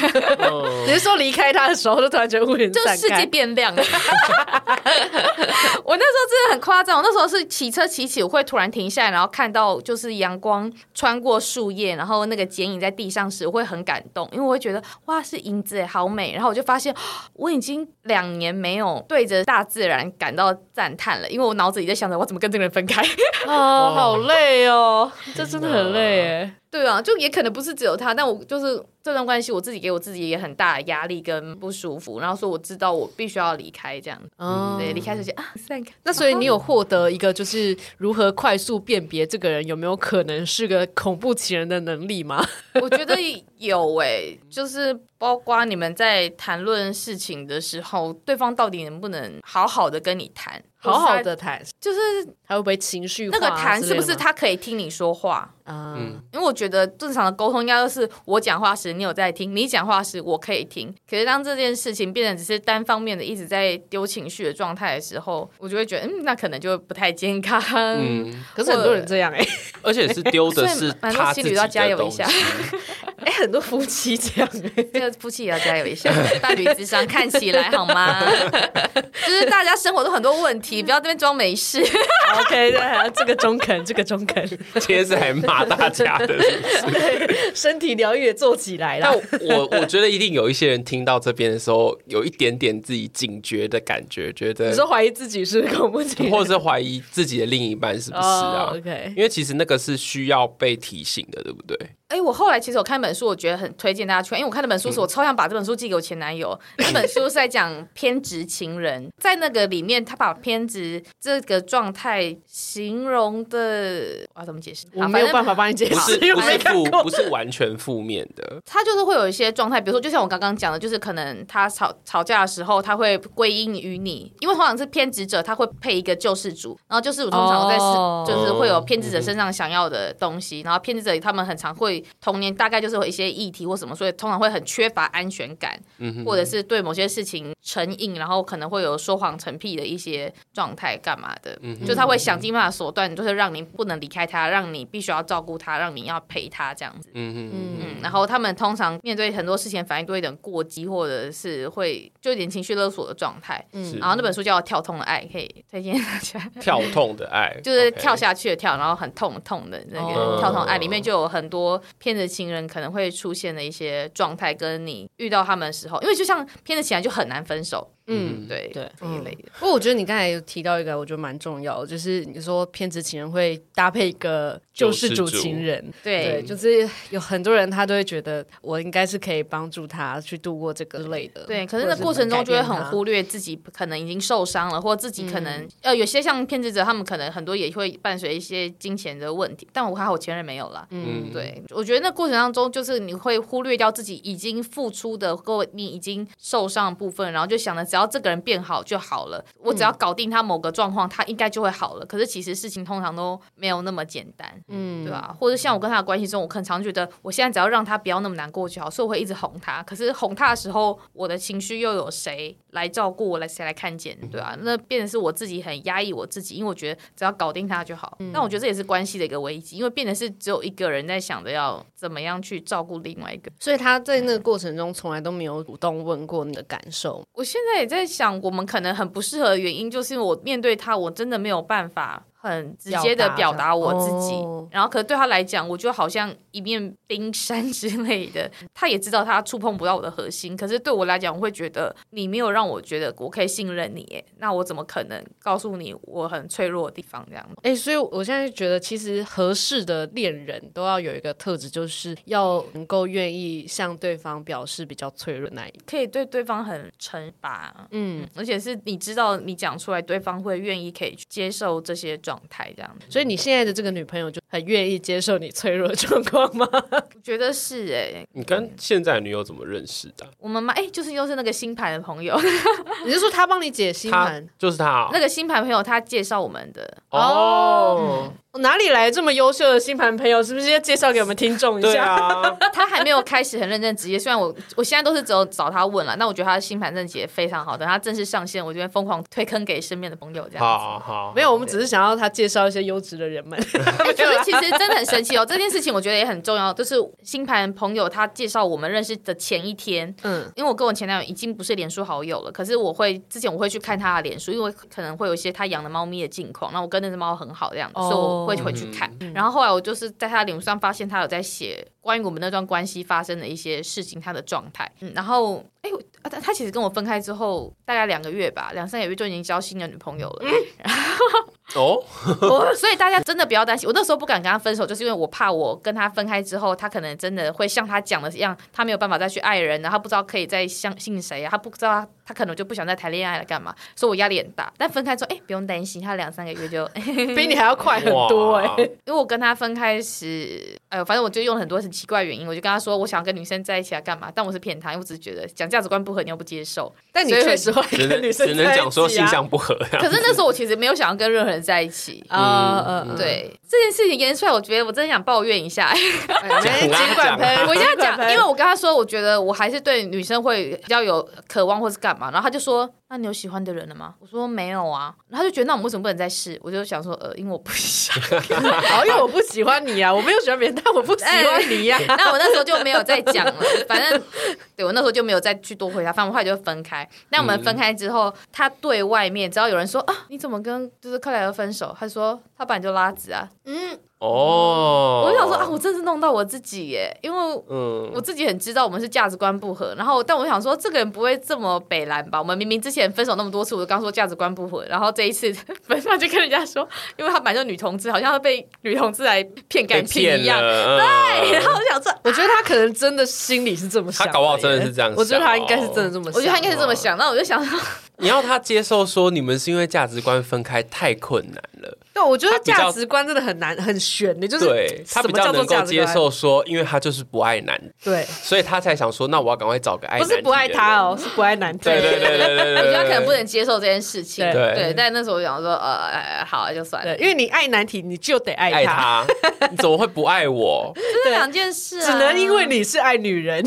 F: 只是说离开他的时候，就突然觉得乌云
C: 就
F: 散
C: 世界
F: 开，
C: 变亮了。 我那时候真的很夸张，我那时候是骑车骑起，我会突然停下来，然后看到就是阳光穿过树叶，然后那个剪影在地上时，我会很感动，因为我会觉得哇是影子耶，好美。然后我就发现我已经两年没有对着大自然感到赞叹了，因为我脑子里在想着我怎么跟这个人分开。
F: 啊、好累哦， 这真的很累哎。
C: 对啊，就也可能不是只有他，但我就是这段关系，我自己给我自己也很大的压力跟不舒服，然后说我知道我必须要离开这样子，
F: 嗯，
C: 对，离开这些啊，散开。
F: 那所以你有获得一个就是如何快速辨别这个人有没有可能是个恐怖情人的能力 吗？
C: 我觉得有诶、就是包括你们在谈论事情的时候，对方到底能不能好好的跟你谈，
F: 好好，的谈，
C: 就是
F: 还会不会情绪化
C: 那
F: 啊
C: 个谈是不是
F: 之类的吗？
C: 他可以听你说话？
F: 啊、
C: 因为我觉得正常的沟通应该都是我讲话时你有在听，你讲话时我可以听。可是当这件事情变成只是单方面的一直在丢情绪的状态的时候，我就会觉得，嗯，那可能就不太健康。
A: 嗯，
F: 可是很多人这样哎、
A: 而且是丢的是
C: 所以蛮多
A: 他自
C: 心
A: 己
C: 里都要加
A: 的
C: 油一
A: 东西
C: 下，
F: 哎、哎、很多夫妻这样、
C: 这个夫妻也要加油一下， 伴侣智商看起来好吗？ 就是大家生活都很多问题，不要这边装没事。
F: OK，对这个中肯，这个中肯，
A: 接着还骂大家的是不是。
F: 身体疗愈也做起来
A: 但
F: 了。
A: 我我觉得一定有一些人听到这边的时候，有一点点自己警觉的感觉，觉得
F: 你说怀疑自己是恐怖情人，
A: 或者是怀疑自己的另一半是不是啊
F: 哦，OK
A: 因为其实那个是需要被提醒的，对不对？
C: 哎、我后来其实我看一本书，我觉得很推荐大家去看，因为我看那本书是我超想把这本书寄给我前男 友。那本书是在讲偏执情人，在那个里面，他把偏执这个状态形容的，我要怎么解释？
F: 我没有办
C: 法。
F: 法帮你解
B: 哦
A: 不是
F: 释，因为我
A: 不
F: 没
A: 是
F: 看
A: 负
F: 过。
A: 不是完全负面的，
C: 他就是会有一些状态，比如说，就像我刚刚讲的，就是可能他吵吵架的时候，他会归因于你，因为通常是偏执者，他会配一个救世主，然后救世主通常在是、
F: 哦
C: 就是会有偏执者身上想要的东西，然后偏执者他们很常会童年大概就是有一些议题或什么，所以通常会很缺乏安全感，
A: 嗯
C: 或者是对某些事情成瘾，然后可能会有说谎成癖的一些状态干嘛的，
A: 嗯
C: 嗯就他会想尽办法手段，就是让你不能离开他，让你必须要照顾他，让你要陪他这样子。
A: 嗯
C: 嗯，然后他们通常面对很多事情的反应都会有点过激，或者是会就有点情绪勒索的状态。
A: 是
C: 嗯，然后那本书叫《跳痛的爱》，可以推荐大家，
A: 哼，跳痛的爱
C: 就是跳
A: OK
C: 下去的跳，然后很痛痛的那
A: 哦
C: 个跳痛爱，里面就有很多骗子情人可能会出现的一些状态，跟你遇到他们的时候，因为就像骗子情人就很难分手，
F: 嗯，
C: 对
F: 对
C: 这一类的。
B: 不过我觉得你刚才有提到一个，我觉得蛮重要的，就是你说偏执情人会搭配一个救世主情人，对，
C: 对，
B: 就是有很多人他都会觉得我应该是可以帮助他去度过这个之类的，
C: 对，可是那
B: 或者
C: 过程中就会很
B: 改变他
C: 忽略自己可能已经受伤了，或自己可
B: 嗯
C: 能、呃，有些像骗子者，他们可能很多也会伴随一些金钱的问题，但我还好，我前任没有啦。
A: 嗯
C: 对，我觉得那过程当中，就是你会忽略掉自己已经付出的或你已经受伤的部分，然后就想着只要这个人变好就好了，我
B: 嗯
C: 只要搞定他某个状况，他应该就会好了。可是其实事情通常都没有那么简单，嗯，对
F: 啊
C: 吧？或者像我跟他的关系中，我很常觉得我现在只要让他不要那么难过就好，所以我会一直哄他。可是哄他的时候，我的情绪又有谁来照顾我，来谁来看见，对啊？那变成是我自己很压抑我自己，因为我觉得只要搞定他就好。但我觉得这也是关系的一个危机，因为变成是只有一个人在想着要怎么样去照顾另外一个。
B: 所以他在那个过程中从来都没有主动问过你的感受，
C: 我现在也在想，我们可能很不适合的原因，就是因为我面对他，我真的没有办法很直接的表达我自己。
B: 哦
C: 然后，可是对他来讲，我就好像一面冰山之类的。他也知道他触碰不到我的核心，可是对我来讲，我会觉得你没有让我觉得我可以信任你耶，那我怎么可能告诉你我很脆弱的地方？这样
B: 哎、所以我现在觉得，其实合适的恋人都要有一个特质，就是要能够愿意向对方表示比较脆弱那一
C: 可以对对方很诚吧？
B: 嗯，
C: 而且是你知道你讲出来，对方会愿意可以去接受这些状态，这样
B: 所以你现在的这个女朋友就很愿意接受你脆弱的状况吗？
C: 我觉得是哎、
A: 你跟现在的女友怎么认识的？
C: 我们嘛，哎、就是又是那个星盘的朋友，
B: 你是说她帮你解心
A: 她
B: 盘？
A: 就是她啊
C: 那个星盘朋友他介绍我们的，
A: 哦，
B: 哪里来这么优秀的星盘朋友？是不是要介绍给我们听众一
A: 对
B: 下？
A: 啊，
C: 他还没有开始很认真职业，虽然我我现在都是只有找他问了，那我觉得他的星盘正解非常好，等他正式上线，我就会疯狂推坑给身边的朋友这样。
A: 好好，
B: 没有，我们只是想要她介绍一些优质的人们。
C: 哎可是其实真的很神奇哦，这件事情我觉得也很重要，就是星盘朋友他介绍我们认识的前一天，
B: 嗯
C: 嗯，因为我跟我前男友已经不是脸书好友了，可是我会之前我会去看他的脸书，因为可能会有一些他养的猫咪的近况，那我跟那只猫很好这样，所以我会回去看。然后后来我就是在他的脸书上发现他有在写关于我们那段关系发生的一些事情，他的状态，嗯，然后。哎，我啊他他其实跟我分开之后，大概两个月吧，两三个月就已经交新的女朋友了。
A: 哦，
C: 我所以大家真的不要担心，我那时候不敢跟他分手，就是因为我怕我跟他分开之后，他可能真的会像他讲的一样，他没有办法再去爱人，然后他不知道可以再相信谁啊，他不知道他他可能就不想再谈恋爱了，干嘛？所以我压力很大。但分开之后，哎、不用担心，他两三个月就，
B: 比你还要快很多哎、
A: 哇
C: 因为我跟他分开时，哎呦，反正我就用了很多很奇怪的原因，我就跟他说我想要跟女生在一起啊，干嘛？但我是骗他，因为我只是觉得讲价值观不合，你又不接受。
B: 但你
C: 所以
B: 确实会
A: 只
B: 跟
A: 能
B: 女生
A: 只能讲说
B: 在一起啊
A: 性向不合
C: 可是那时候我其实没有想要跟任何人在一起。
B: 哦
A: 啊，嗯，
C: 对这件事情延出来，我觉得我真的想抱怨一下。
B: 哎
A: 尽管喷
C: 哎我这 样
B: 管
C: 讲，
B: 喷
C: 因为我跟他说，我觉得我还是对女生会比较有渴望或是干嘛，然后他就说。那你有喜欢的人了吗？我说没有啊，然后他就觉得那我们为什么不能再试？我就想说，呃，因为我不想。
B: 好，因为我不喜欢你啊，我没有喜欢别人，但我不喜欢你啊 呀、
C: 那我那时候就没有再讲了，反正对我那时候就没有再去多回他，反正我后来就分开。那我们分开之后，他对外面只要有人说啊，你怎么跟就是克莱尔分手？他说他把你就拉直啊。
A: 哦，
C: 我就想说啊，我真是弄到我自己耶，因为
A: 嗯
C: 我自己很知道我们是价值观不合。然后，但我想说这个人不会这么北蓝吧？我们明明之前分手那么多次，我都刚说啊价值观不合，然后这一次分手就跟人家说，因为他本来就女同志，好像被女同志来 骗
A: 被
C: 感情
A: 骗
C: 一样。
A: 了，嗯
C: 对，
A: 对
C: 然后我想说，
B: 我觉得他可能真的心里是这么想
A: 他
B: 耶，
A: 搞不好真的是这样想哦
B: 我觉得他应该是真的这么想，
C: 我觉得他应该是这么想，那我就想说，
A: 你要他接受说你们是因为价值观分开太困难了，
B: 对，我觉得
A: 他比较
B: 价值观真的很难很悬，你就是
A: 对他
B: 什
A: 比
B: 么叫
A: 较
B: 做
A: 能够
B: 价值
A: 接
B: 观？
A: 受说，因为他就是不爱男，
B: 对，
A: 所以他才想说，那我要赶快找个爱
B: 不
A: 男
B: 是不爱
A: 体的
B: 他
A: 人，
B: 哦，是不爱男
A: 对对对对对对，
C: 哎我觉
A: 对
C: 得他可能不能接受这件事情。
B: 对
A: 对
C: 但那时候我想说，呃，哎好啊，就算了
B: 对，，因为你爱难题，你就得爱
A: 爱他， 你怎么会不爱我？
C: 这是两件事啊，
B: 只能因为你是爱女 人，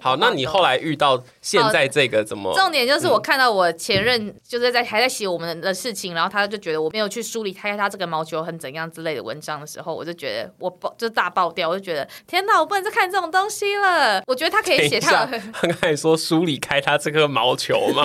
A: 好，那你后来遇到现在这个怎么？
C: 重点就是我看到我前任就是在还在写我们的事情，然后他就觉得我没有去梳理他他这个毛球很怎样之类的文章的时候，我就觉得我爆就大爆掉，我就觉得天哪，我不能再看这种东西了。我觉得他可
A: 等
C: 以
A: 一
C: 写
A: 下，
C: 他。
A: 他刚才说梳理开他这颗毛球 吗？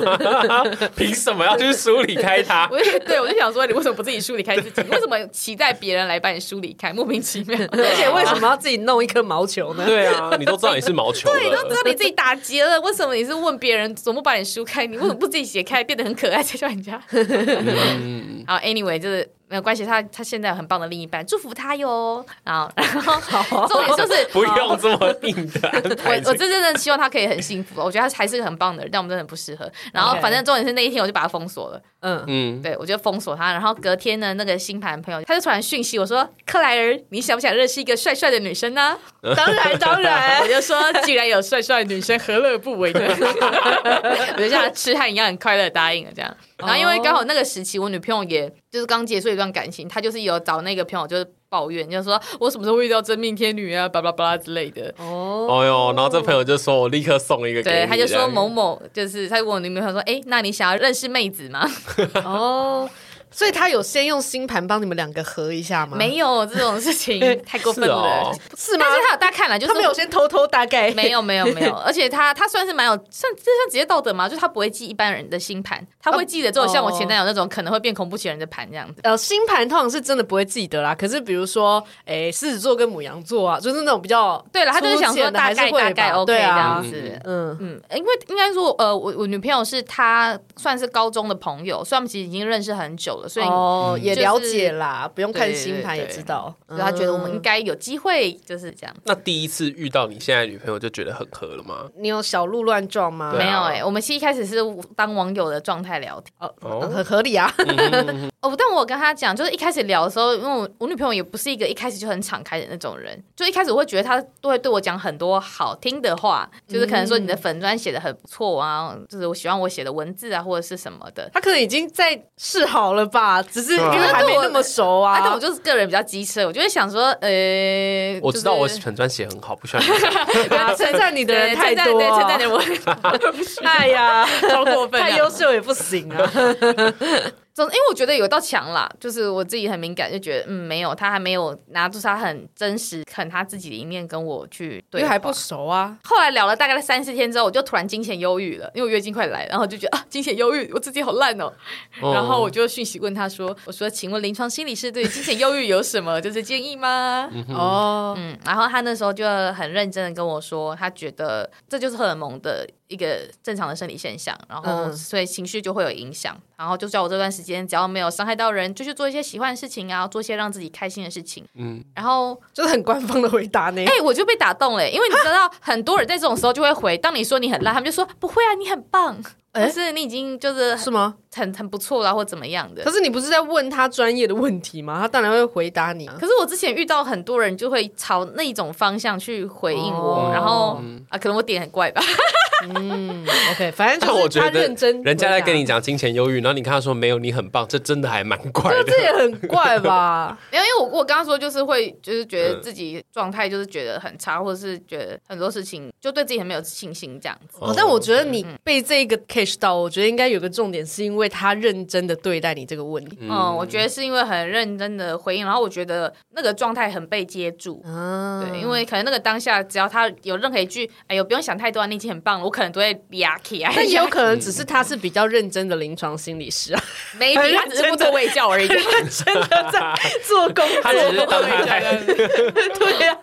A: 凭什么要去梳理开它？
C: 我就对我就想说，你为什么不自己梳理开自己？为什么期待别人来帮你梳理开？莫名其妙。
B: 而且为什么要自己弄一颗毛球呢？
A: 对啊，你都知道你是毛球
C: 对，都
A: 了
C: 知。道你自己打结了，为什么你是问别人，怎么把你梳开？你为什么不自己写开，变得很可爱再叫人家？
A: 嗯
C: 好，anyway，就是没有关系，他他现在有很棒的另一半，祝福他哟。然后，然 后重点就是
A: 不用这么硬的安
C: 我
A: 排这
C: 我
A: 个。
C: 真真的希望他可以很幸福，我觉得他还是个很棒的人，但我们真的很不适合。然后
B: OK
C: 反正重点是那一天我就把他封锁了，
B: 嗯，
A: 嗯，
C: 对我就封锁他。然后隔天呢，那个星盘朋友他就突然讯息我说：“克莱尔，你想不想认识一个帅帅的女生呢？”
B: 当然当然
C: 我，就说，既然有帅
A: 嗯
C: 帅的女生，何乐不为呢？ 我就像痴汉一样，很快乐地答应了 这样。然后因为刚好那个时期，我女朋友也就是刚结束一段感情，她就是有找那个朋友就是抱怨，就说我什么时候会遇到真命天女啊，巴拉巴拉之类的。
B: 哦，
A: 哦哟，然后这朋友就说我立刻送一个给
C: 对，
A: 你，
C: 他就
A: 这
C: 说
A: 样
C: 某某，就是他问我女朋友说，哎、那你想要认识妹子吗？
B: 哦，所以他有先用星盘帮你们两个合一 下吗？
C: 没有这种事 情，太过分
A: 是
C: 了
A: 哦。
B: 是吗
C: 但？是他有大看了，就是
B: 哎他没有先偷偷大概
C: 没有没有 没有，而且他他算是蛮有算这算职业道德嘛，就是他不会记一般人的星盘，他
B: 哦
C: 会记得只有像我前男友那种可能会变恐怖情人的盘这样子。
B: 呃，星盘通常是真的不会记得啦。可是比如说，诶，狮子座跟母羊座啊，就是那种比较
C: 对了，他就是想
B: 粗
C: 说
B: 浅的
C: 大
B: 还是会
C: 概
B: 吧
C: 大概 OK
B: 对
C: 这
B: 啊
C: 样，子。
B: 嗯，
C: 嗯，因为应该说，呃，我我女朋友是她算是高中的朋友，所以他们其实已经认识很久了，所以、嗯
B: 哦，也
C: 就是
B: 了嗯解啦，不用看
C: 对
B: 星盘也知道。
C: 所以她觉得我们应该有机会，就是这样。
A: 那第一次遇到你现在女朋友就觉得很合了吗？
B: 你有小鹿乱撞吗？
A: 对
C: 没
A: 啊
C: 有哎、我们其实一开始是当网友的状态聊天。
A: 哦嗯
B: 很合理啊。
C: 哦，但我有跟他讲，就是一开始聊的时候，因为我我女朋友也不是一个一开始就很敞开的那种人，就一开始我会觉得她都会对我讲很多好听的话，就是可能说你
B: 嗯
C: 的粉砖写的很不错啊，就是我喜欢我写的文字啊，或者是什么的。
B: 他可能已经在示好了吧，只是因
A: 对啊
B: 为还没那么熟啊。
C: 啊，但 我就是个人比较机车，我就会想说，呃，
A: 我知道我
C: 就是
A: 粉砖写很好，不需要你
B: 啊称赞你的人
C: 对
B: 太
C: 称赞
B: 多
C: 对，称赞
B: 啊
C: 的，人我
B: 哎呀，超过
C: 分了啊
B: 太优秀也不行啊。
C: 总因为我觉得有道墙啦，就是我自己很敏感，就觉得嗯，没有，他还没有拿出他很真实、很他自己的一面跟我去
B: 因
C: 对
B: 为
C: 话，
B: 还不熟啊，
C: 后来聊了大概三四天之后，我就突然金钱忧郁了，因为我月经快来，然后就觉得啊，金钱忧郁，我自己好烂哦。
A: 哦
C: 然后我就讯息问他说：“我说，请问临床心理师对金钱忧郁有什么就是建议吗？”
B: 哦，
C: 嗯，然后他那时候就很认真的跟我说，他觉得这就是荷尔蒙的一个正常的生理现象，然后
B: 嗯
C: 所以情绪就会有影响，然后就叫我这段时间只要没有伤害到人，就去做一些喜欢的事情啊，做一些让自己开心的事情。
A: 嗯，
C: 然后
B: 就是很官方的回答呢
C: 哎、。我就被打动了，因为你知道，很多人在这种时候就会回，当你说你很烂，他们就说不会啊，你很 棒，
B: 哎
C: 可是你已经就是
B: 是吗？
C: 很很不错啦，或怎么样的
B: 可。是你不是在问他专业的问题吗？他当然会回答你啊。
C: 可是我之前遇到很多人就会朝那种方向去回应我，
B: 哦
C: 然后啊，可能我点很怪吧，
B: 嗯，OK，反正
A: 但
B: 就
A: 我
B: 是
A: 觉
B: 他
A: 得
B: 认真，
A: 人家在跟你。讲金钱忧郁，然后你跟他说没有，你很棒，这真的还蛮怪的。
B: 啊这也很怪 吧？
C: 没有，因为我我刚刚说就是会，就是觉得自己状态就是觉得很差，或者是觉得很多事情就对自己很没有信心这样子。
A: 哦
B: 哦，但我觉得你被这个 catch 到，我觉得应该有个重点，是因为他认真的对待你这个问题。
C: 嗯，我觉得是因为很认真的回应，然后我觉得那个状态很被接住。
B: 嗯，
C: 对，因 为可能那个当下，只要他有任何一句“哎呦，不用想太多啊，你已经很棒了”，我可能都会压起 来。
B: 但也有可能只是他是比较认真的临床心理师啊，
C: maybe 他只是不做卫 教而已。
B: 真的在做工
A: 他只是
B: 作。
A: 当太太，
B: 对啊，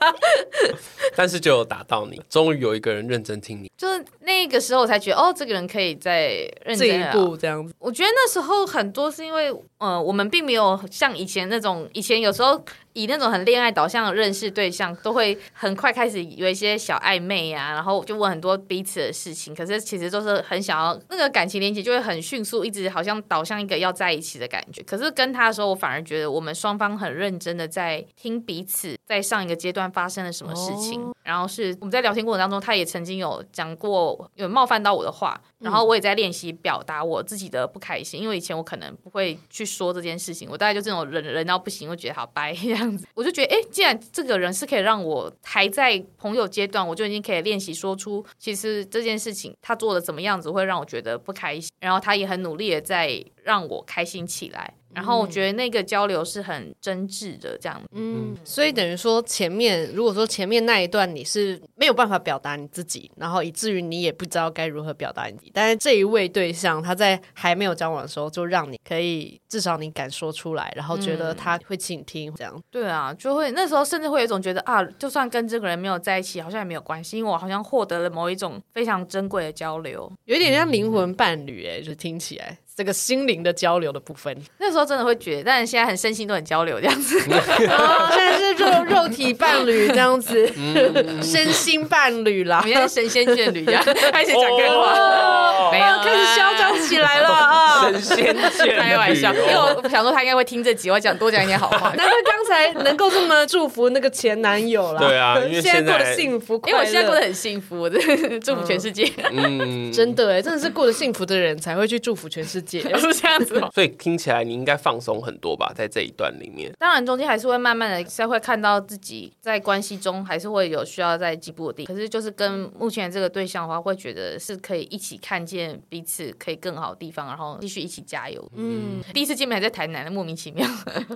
A: 但是就有打到你，终于有一个人认真听你。
C: 就是那个时候，我才觉得哦，这个人可以再认
B: 这
C: 真
B: 一
C: 了啊
B: 步这样子，
C: 我觉得那时候很多是因为，呃，我们并没有像以前那种，以前有时候以那种很恋爱导向的认识对象，都会很快开始有一些小暧昧啊，然后就问很多彼此的事情。可是其实都是很想要那个感情连接，就会很迅速，一直好像导向一个要在一起的感觉。可是跟他的时候，我反而觉得我们双方很认真的在听彼此在上一个阶段发生了什么事情，然后是我们在聊天过程当中，他也曾经有讲过有冒犯到我的话，然后我也在练习表达我自己的不开心，因为以前我可能不会去说这件事情，我大概就这种忍忍到不行，我觉得好掰 这样子，我就觉得哎，诶既然这个人是可以让我还在朋友阶段，我就已经可以练习说出，其实这件事情他做的怎么样子会让我觉得不开心，然后他也很努力的在让我开心起来。然后我觉得那个交流是很真挚的，这样
B: 嗯，所以等于说前面，如果说前面那一段你是没有办法表达你自己，然后以至于你也不知道该如何表达你自己，但是这一位对象他在还没有交往的时候，就让你可以至少你敢说出来，然后觉得他会倾听，这样
C: 对啊，就会那时候甚至会有一种觉得啊，就算跟这个人没有在一起，好像也没有关系，因为我好像获得了某一种非常珍贵的交流。
B: 有一点像灵魂伴侣、欸，哎，就听起来这个心灵的交流的部分。
C: 那时候真的会觉得，但是现在很身心都很交流这样子。
B: 哦，现在是肉肉体伴侣这样子， 身心伴侣
C: 我
B: 啦
C: 们。现在是神仙眷侣这样，开始讲干话，
A: 哦
C: 没有啦
B: 开始嚣张起来 了啊！
A: 神仙眷侣哦
C: 开玩笑，因为我想说他应该会听这集，我讲多讲一点好 话。
B: 难怪刚才能够这么祝福那个前男友啦。
A: 对 啊因为
B: 现过
A: 现在
B: 得幸福快
C: 因为
B: 乐，
C: 我现在过得很幸福，我真的祝福全世界，
A: 嗯，
B: 真的哎，真的是过得幸福的人才会去祝福全 世界。
A: 嗯
C: 是这样子吗？
A: 所以听起来你应该放松很多吧，在这一段里面。
C: 当然，中间还是会慢慢的再会看到自己在关系中还是会有需要再进步的地方。可是就是跟目前这个对象的话，会觉得是可以一起看见彼此可以更好的地方，然后继续一起加油。嗯，第一次见面还在台南，莫名其妙，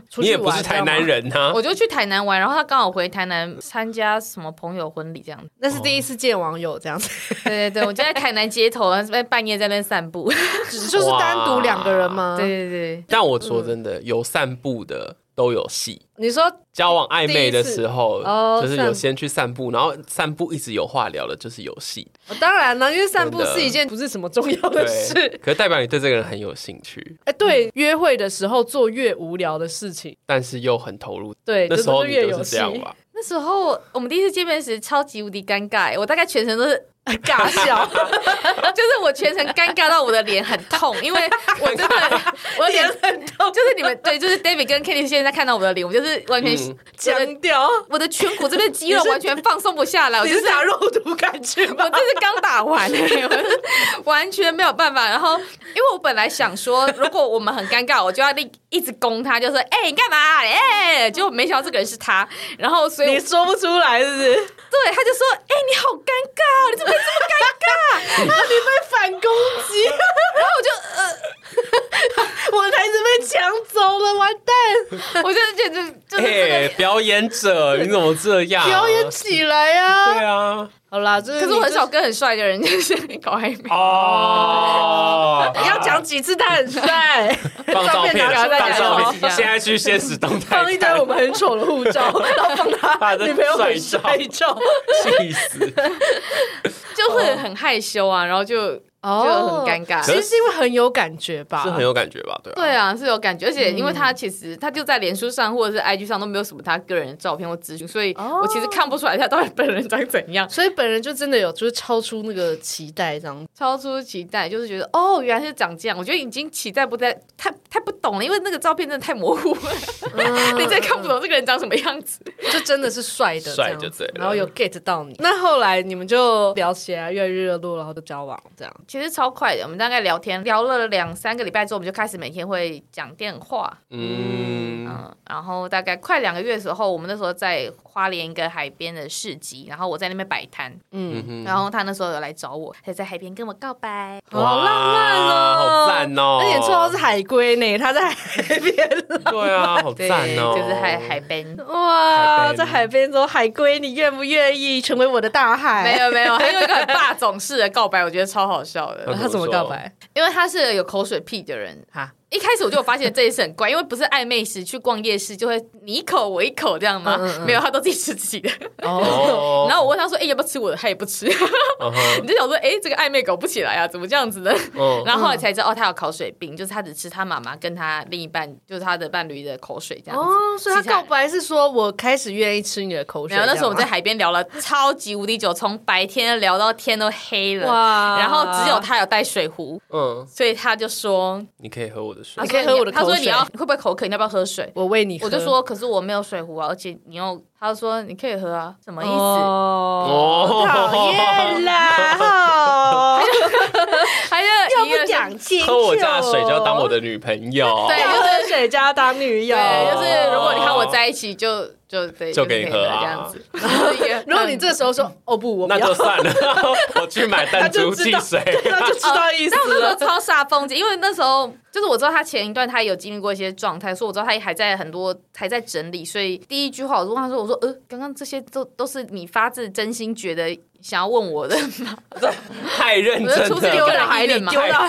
B: 出
A: 你
B: 去
A: 也
B: 玩
A: 不是台南，人啊，
C: 我就去台南玩，然后他刚好回台南参加什么朋友婚礼这样子。
B: 那是第一次见网友这样
A: 哦
B: 子，
C: 对对对，我就在台南街头，然后在半夜在那边散步。
B: 就是单独两个人吗？
C: 对，对对，
A: 但我说真的，有散步的都有戏。
B: 你说哦
A: 交往暧昧的时候
B: 第一次哦，
A: 就是
B: 散
A: 有
B: 步
A: 先去散步，然后散步一直有话聊的，就是有戏。
B: 哦当然了，因为散步
A: 真的
B: 是一件不是什么重要的
A: 对
B: 事，。
A: 可是代表你对这个人很有兴趣，
B: 哎，对，约会的时候做越无聊的事情，
A: 但是又很投入。
B: 对，
A: 那时候
B: 就
A: 你
B: 是越
A: 就
B: 有
A: 是
B: 戏
A: 这。样吧，
C: 那时候我们第一次见面时超级无敌尴尬，欸我大概全程都是尬笑， 就是我全程尴尬到我的脸很痛，因为我真的我的 脸很痛，就是你们对，就是 David 跟 Kitty 现在看到我的脸，我就是完全、
A: 嗯
B: 强 调
C: 我的颧骨这边肌肉完全放松不下来，我
B: 你
C: 就是
B: 是打肉毒杆菌吧
C: 我？这是刚打完、我 完全没有办法。然后，因为我本来想说，如果我们很尴尬，我就要立一直攻他，就说：“哎、你干嘛、哎、结果没想到这个人是他。然后，所以 我
B: 你说不出来是不 是？
C: 对他就说：“哎、你好尴尬哦，你怎么会这么尴尬？”
B: 反攻 击，
C: 然后我就呃，
B: 呃 我台词被抢走了，完蛋！
C: 我就觉得就是这个。
A: 嘿，表演者，你怎么这样？
B: 表演起来啊！
A: 对啊，
B: 好啦，就是
C: 可
B: 你
C: 是我很 少
B: 就。
C: 跟很帅的人就是搞暧昧，
A: 哦，
B: 你要讲几次他很 帅，
A: 放照片，
B: 拿出来哦
A: 放照
C: 然后
A: 片，现在去现实动态
B: 放一张我们很丑的护 照，然后放他
A: 他的
B: 女朋友很
A: 帅
B: 帅照，
A: 气死。
C: 就会很害羞啊，然后就就很尴
B: 哦其
C: 尬。
B: 实是因为很有感觉吧，
A: 是很有感觉吧？对啊，
C: 对啊，是有感觉，而且因为他其实他就在脸书上或者是 IG 上都没有什么他个人的照片或资讯，所以我其实看不出来他到底本人长怎样。
B: 所以本人就真的有就是超出那个期待 这样。
C: 超出期待，就是觉得哦，原来是长这样。我觉得已经期待不在，太太不懂了，因为那个照片真的太模糊了， 你
A: 嗯
C: 再看不懂这个人长什么样子。
B: 就真的是帅的这样子，
A: 帅就对了嗯
B: 然后有 get 到你。那后来你们就聊起来，越来越热络，然后就交往这样。
C: 其实超快的，我们大概聊天聊了两三个礼拜之后，我们就开始每天会讲电话，
A: 嗯，
C: 嗯，然后大概快两个月的时候，我们那时候在花莲一个海边的市集，然后我在那边摆摊，
A: 嗯哼
C: 然后他那时候有来找我，他在海边跟我告白，
A: 哇，好赞哦！
B: 而且绰号是海龟呢，他在海边。
A: 对啊，好
C: 对，
A: 赞哦，
C: 就是海海边。
A: 海
B: 哇，
A: 边
B: 在海边说海龟，你愿不愿意成为我的大海？
C: 没有没有，还有一个很霸总式的告白，我觉得超好笑的。
A: 嗯
B: 他怎么告白？
C: 因为他是有口水屁的人
B: 哈
C: 哈。一开始我就有发现这一次很怪，因为不是暧昧时去逛夜市就会你一口我一口这样吗？没有，他都自己吃自己的。
A: 嗯哦
C: 然后我问他说：“哎、要不要吃我的？”他也不吃。你
A: 嗯哼
C: 就想说：“哎、这个暧昧搞不起来啊，怎么这样子呢？”
A: 嗯
C: 然后后来才知道，哦，他有口水病，就是他只吃他妈妈跟他另一半，就是他的伴侣的口水这样子。
B: 哦，所以他
C: 其他
B: 告白是说我开始愿意吃你的口水。
C: 没有，那时候我们
B: 这
C: 在
B: 样吗
C: 海边聊了超级无敌久，从白天聊到天都黑了。
B: 哇
C: 然后只有他有带水壶，
A: 嗯，
C: 所以他就说
A: 你可以喝我的：“水
C: 他
B: 你
C: 说
B: 可以喝我的
C: 他说
B: 口水
C: 啊你要会不会口渴？你要不要喝水？”
B: 我喂你喝，
C: 我就说，可是我没有水壶啊，而且你又，他说你可以喝啊，什么意思？
A: 哦，
B: 啊讨厌啦，吼
C: 他就要
B: 不讲清楚，
A: 喝我家的水就要当我的女朋友，
C: 对，
B: 要
C: 就是
B: 喝水就要当女友，
C: 对，就是如果你和我在一起就，就对，
A: 就是
C: 可
A: 给
C: 以
A: 你
C: 喝
A: 喝啊
C: 这样 子。就是一个
B: 如果你这时候说哦不，我不
A: 那
B: 要
A: 就，算了， 我去买
B: 他
A: 弹珠
B: 就
A: 汽
B: 知道，
A: 水。
B: 那就知道意思
C: 但我哦那时
B: 了。
C: 候超煞风景，因为那时候就是我知道他前一段他有经历过一些状态，所以我知道他还在很多还在整理，所以第一句话我就问他说：“我说呃，刚刚这些都都是你发自真心觉得想要问我的吗？”
A: 太认
C: 我
A: 真
C: 就出自一个
A: 了，
C: 人海里嘛，
A: 丢到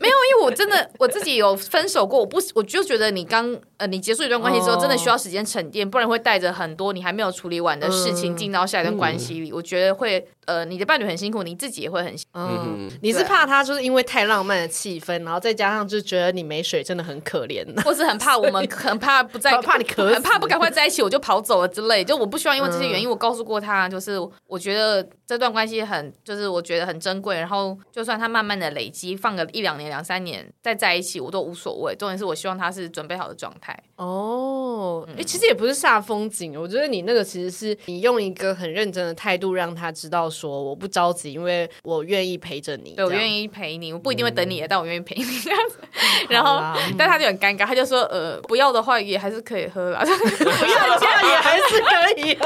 C: 没有， 因为我真的我自己有分手过，我不，我就觉得你刚呃，你结束一段关系之后，真的需要时间沉淀，不然会带着很多你还没有处理完的事情进到下一段关系里。我觉得会呃，你的伴侣很辛苦，你自己也会很辛苦。
B: 嗯，你是怕他就是因为太浪漫的气氛，然后再加上就觉得你没水真的很可怜。
C: 或是很怕我 们，很怕不在，
B: 怕怕你渴死
C: 很怕不赶快在一起，我就跑走了之类。 就我不希望因为这些原
B: 嗯
C: 因，我告诉过他，就是我觉得这段关系很，就是我觉得很珍贵。然后就算他慢慢的累积，放个一两年、两三年再在一起，我都无所谓。重点是我希望他是准备好的状
B: 嗯
C: 态。
B: 哦，
C: 嗯
B: 诶其实也不是煞风景，我觉得你那个其实是你用一个很认真的态度让他知道说我不着急，因为我愿意陪着你。
C: 对，我愿
B: 意。
C: 意陪你，我不一定会等你，但我愿意陪你这样子。 然后
B: 嗯啦，
C: 但他就很尴尬，他就说：“呃，不要的话也还是可以喝啊 啦。
B: 不要这样也还是可 以喝。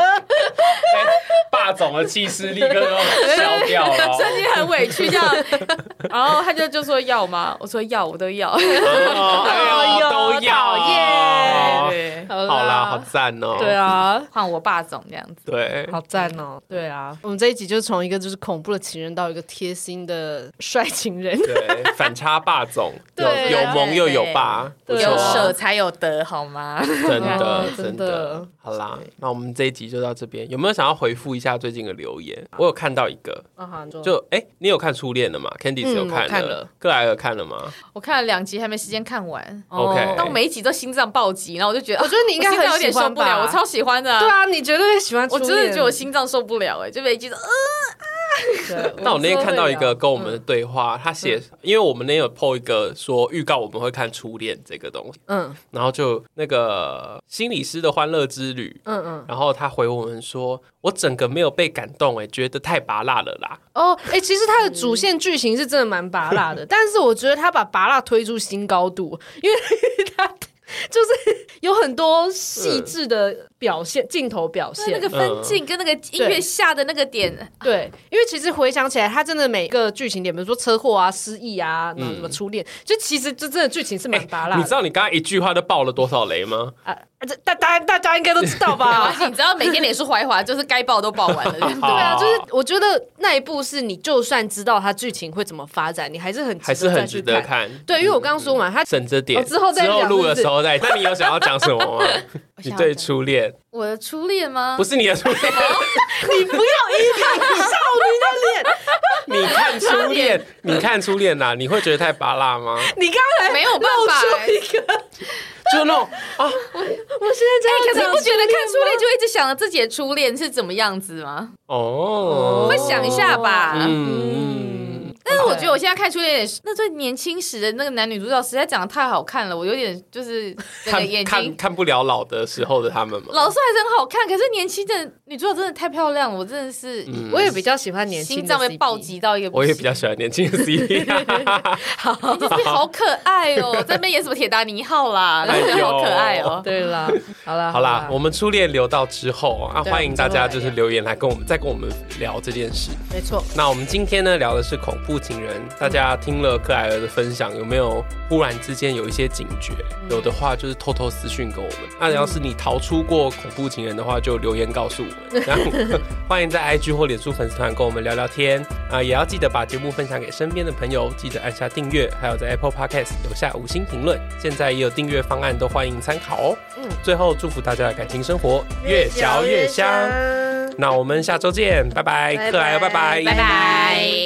A: 霸总的气势立刻都消掉了”
C: 瞬间很委屈 这样。然后他就就说要吗？我说要，我都要。
A: 哦，哎呦，都要
B: 讨厌
C: 对，
A: 好啦，好赞哦，
B: 对，啊，
C: 换我霸总这样子。
A: 对，
B: 好赞哦！对啊，我们这一集就是从一个就是恐怖的情人到一个贴心的帅情人。
A: 对，反差霸总，有
B: 对
A: 有萌又有霸，不
B: 对
A: 错
C: 有
A: 啊
C: 舍才有得，好吗？
A: 真
B: 哦
A: 的
B: 真
A: 真
B: 的
A: 的。好啦，那我们这一集就到这边，有没有想要回复一下最近的留言？我有看到一个，
B: 啊哈，就
A: 就哎，你有看《初恋》的吗？Candice
B: 嗯
A: 有
B: 我
A: 看
B: 看
A: 的
B: 了，
A: 克莱尔看了吗
C: 我看了两集，还没时间看完。
B: 哦
A: ？OK，
C: 但我每一集都心脏暴击，然后我就觉得，
B: 我觉 得你应该
C: 我心脏有
B: 很
C: 点
B: 喜欢
C: 受不了，
B: 吧
C: 我超喜欢的啊。
B: 对啊，你绝对会喜欢初
C: 我
B: 恋。
C: 真的觉得我心脏受不了哎，就每一集都呃
B: 对
A: 那我那天看到一个跟我
B: 嗯
A: 们的对话，他写，因为我们那天有 PO 一个说预告我们会看《初恋》这个东西，
B: 嗯
A: 然后就那个心理师的欢乐之旅，
B: 嗯嗯
A: 然后他回我们说，我整个没有被感动，哎，觉得太拔辣了啦。
B: 哦，哎、其实它的主线剧情是真的蛮拔辣 的，但是我觉得他把拔辣推出新高度，因为 他就是有很多细致的表现，镜头表现
C: 那个分镜跟那个音乐下的那个点，
B: 对，因为其实回想起来，他真的每个剧情点，比如说车祸啊、失忆啊，然后什么初恋，就其实这真的剧情是蛮拔辣
A: 你
B: 的。
A: 知道你刚刚一句话就爆了多少雷吗？
B: 这大大大家应该都知道吧？
C: 你知道每天脸书划一划，就是该爆都爆完了。对不对
B: 对
A: 哦
B: 啊，就是我觉得那一部是你就算知道它剧情会怎么发展，你还是很值
A: 还是
B: 得再
A: 很
B: 去
A: 值
B: 看
A: 得。看。
B: 对，因为我刚刚说嘛，它
A: 省着点，
B: 哦之后再讲
A: 录的
B: 是不是
A: 时候 再。那你有想要讲什么吗？你
C: 想
A: 对
C: 讲
A: 初
B: 嗯
A: 恋
C: 我的初恋吗？
A: 不是你的初恋，
B: 哦你不要一看少女的脸，
A: 你看初恋，你看初恋呐，你会觉得太拔辣吗？
B: 你刚才
C: 没有办法
B: 露
C: 欸
B: 出一个，
A: 就那种啊，
B: 我现在这
C: 可是
B: 样
C: 你不
B: 讲
C: 觉得看初恋就一直想着自己的初恋是怎么样子吗？
A: 哦，
C: 会想一下吧。
A: 嗯，
C: 但是我觉得我现在看初恋，那最年轻时的那个男女主角实在长得太好看了，我有点 就是整个
A: 看
C: 眼
A: 看
C: 睛。
A: 看不了老的时候的他们嘛。
C: 老师还是很好看，可是年轻的女主角真的太漂亮了，我真的是
A: 嗯
B: 我也比较喜欢年轻的
C: 心脏被
B: CP
C: 暴击到一个不
A: 我
C: 行。
A: 也比较喜欢年轻的 E CP，
C: 你就是好可爱 哦，在那边演什么铁达尼号啦，
A: 哎呦
C: 真的好可爱哦。
B: 对啦，好啦，
A: 好啦，我
B: 们
A: 们初恋留到之后啊，
B: 对
A: 欢迎大家
B: 我们
A: 就
B: 之后
A: 是
B: 来
A: 留言来跟我们再跟我们聊这件事。
B: 没错，
A: 那我们今天呢聊的是恐怖情人，大家听了克莱尔的分享，有没有忽然之间有一些警觉？有的话就是偷偷私讯给我们。那要是你逃出过恐怖情人的话，就留言告诉我 们。然后欢迎在 IG 或脸书粉丝团跟我们聊聊天啊，也要记得把节目分享给身边的朋友，记得按下订阅，还有在 Apple Podcast 留下五星评论。现在也有订阅方案，都欢迎参考哦。嗯，最后祝福大家的感情生活越嚼越香。那我们下周见，拜拜，克莱尔，拜拜，
C: 拜拜。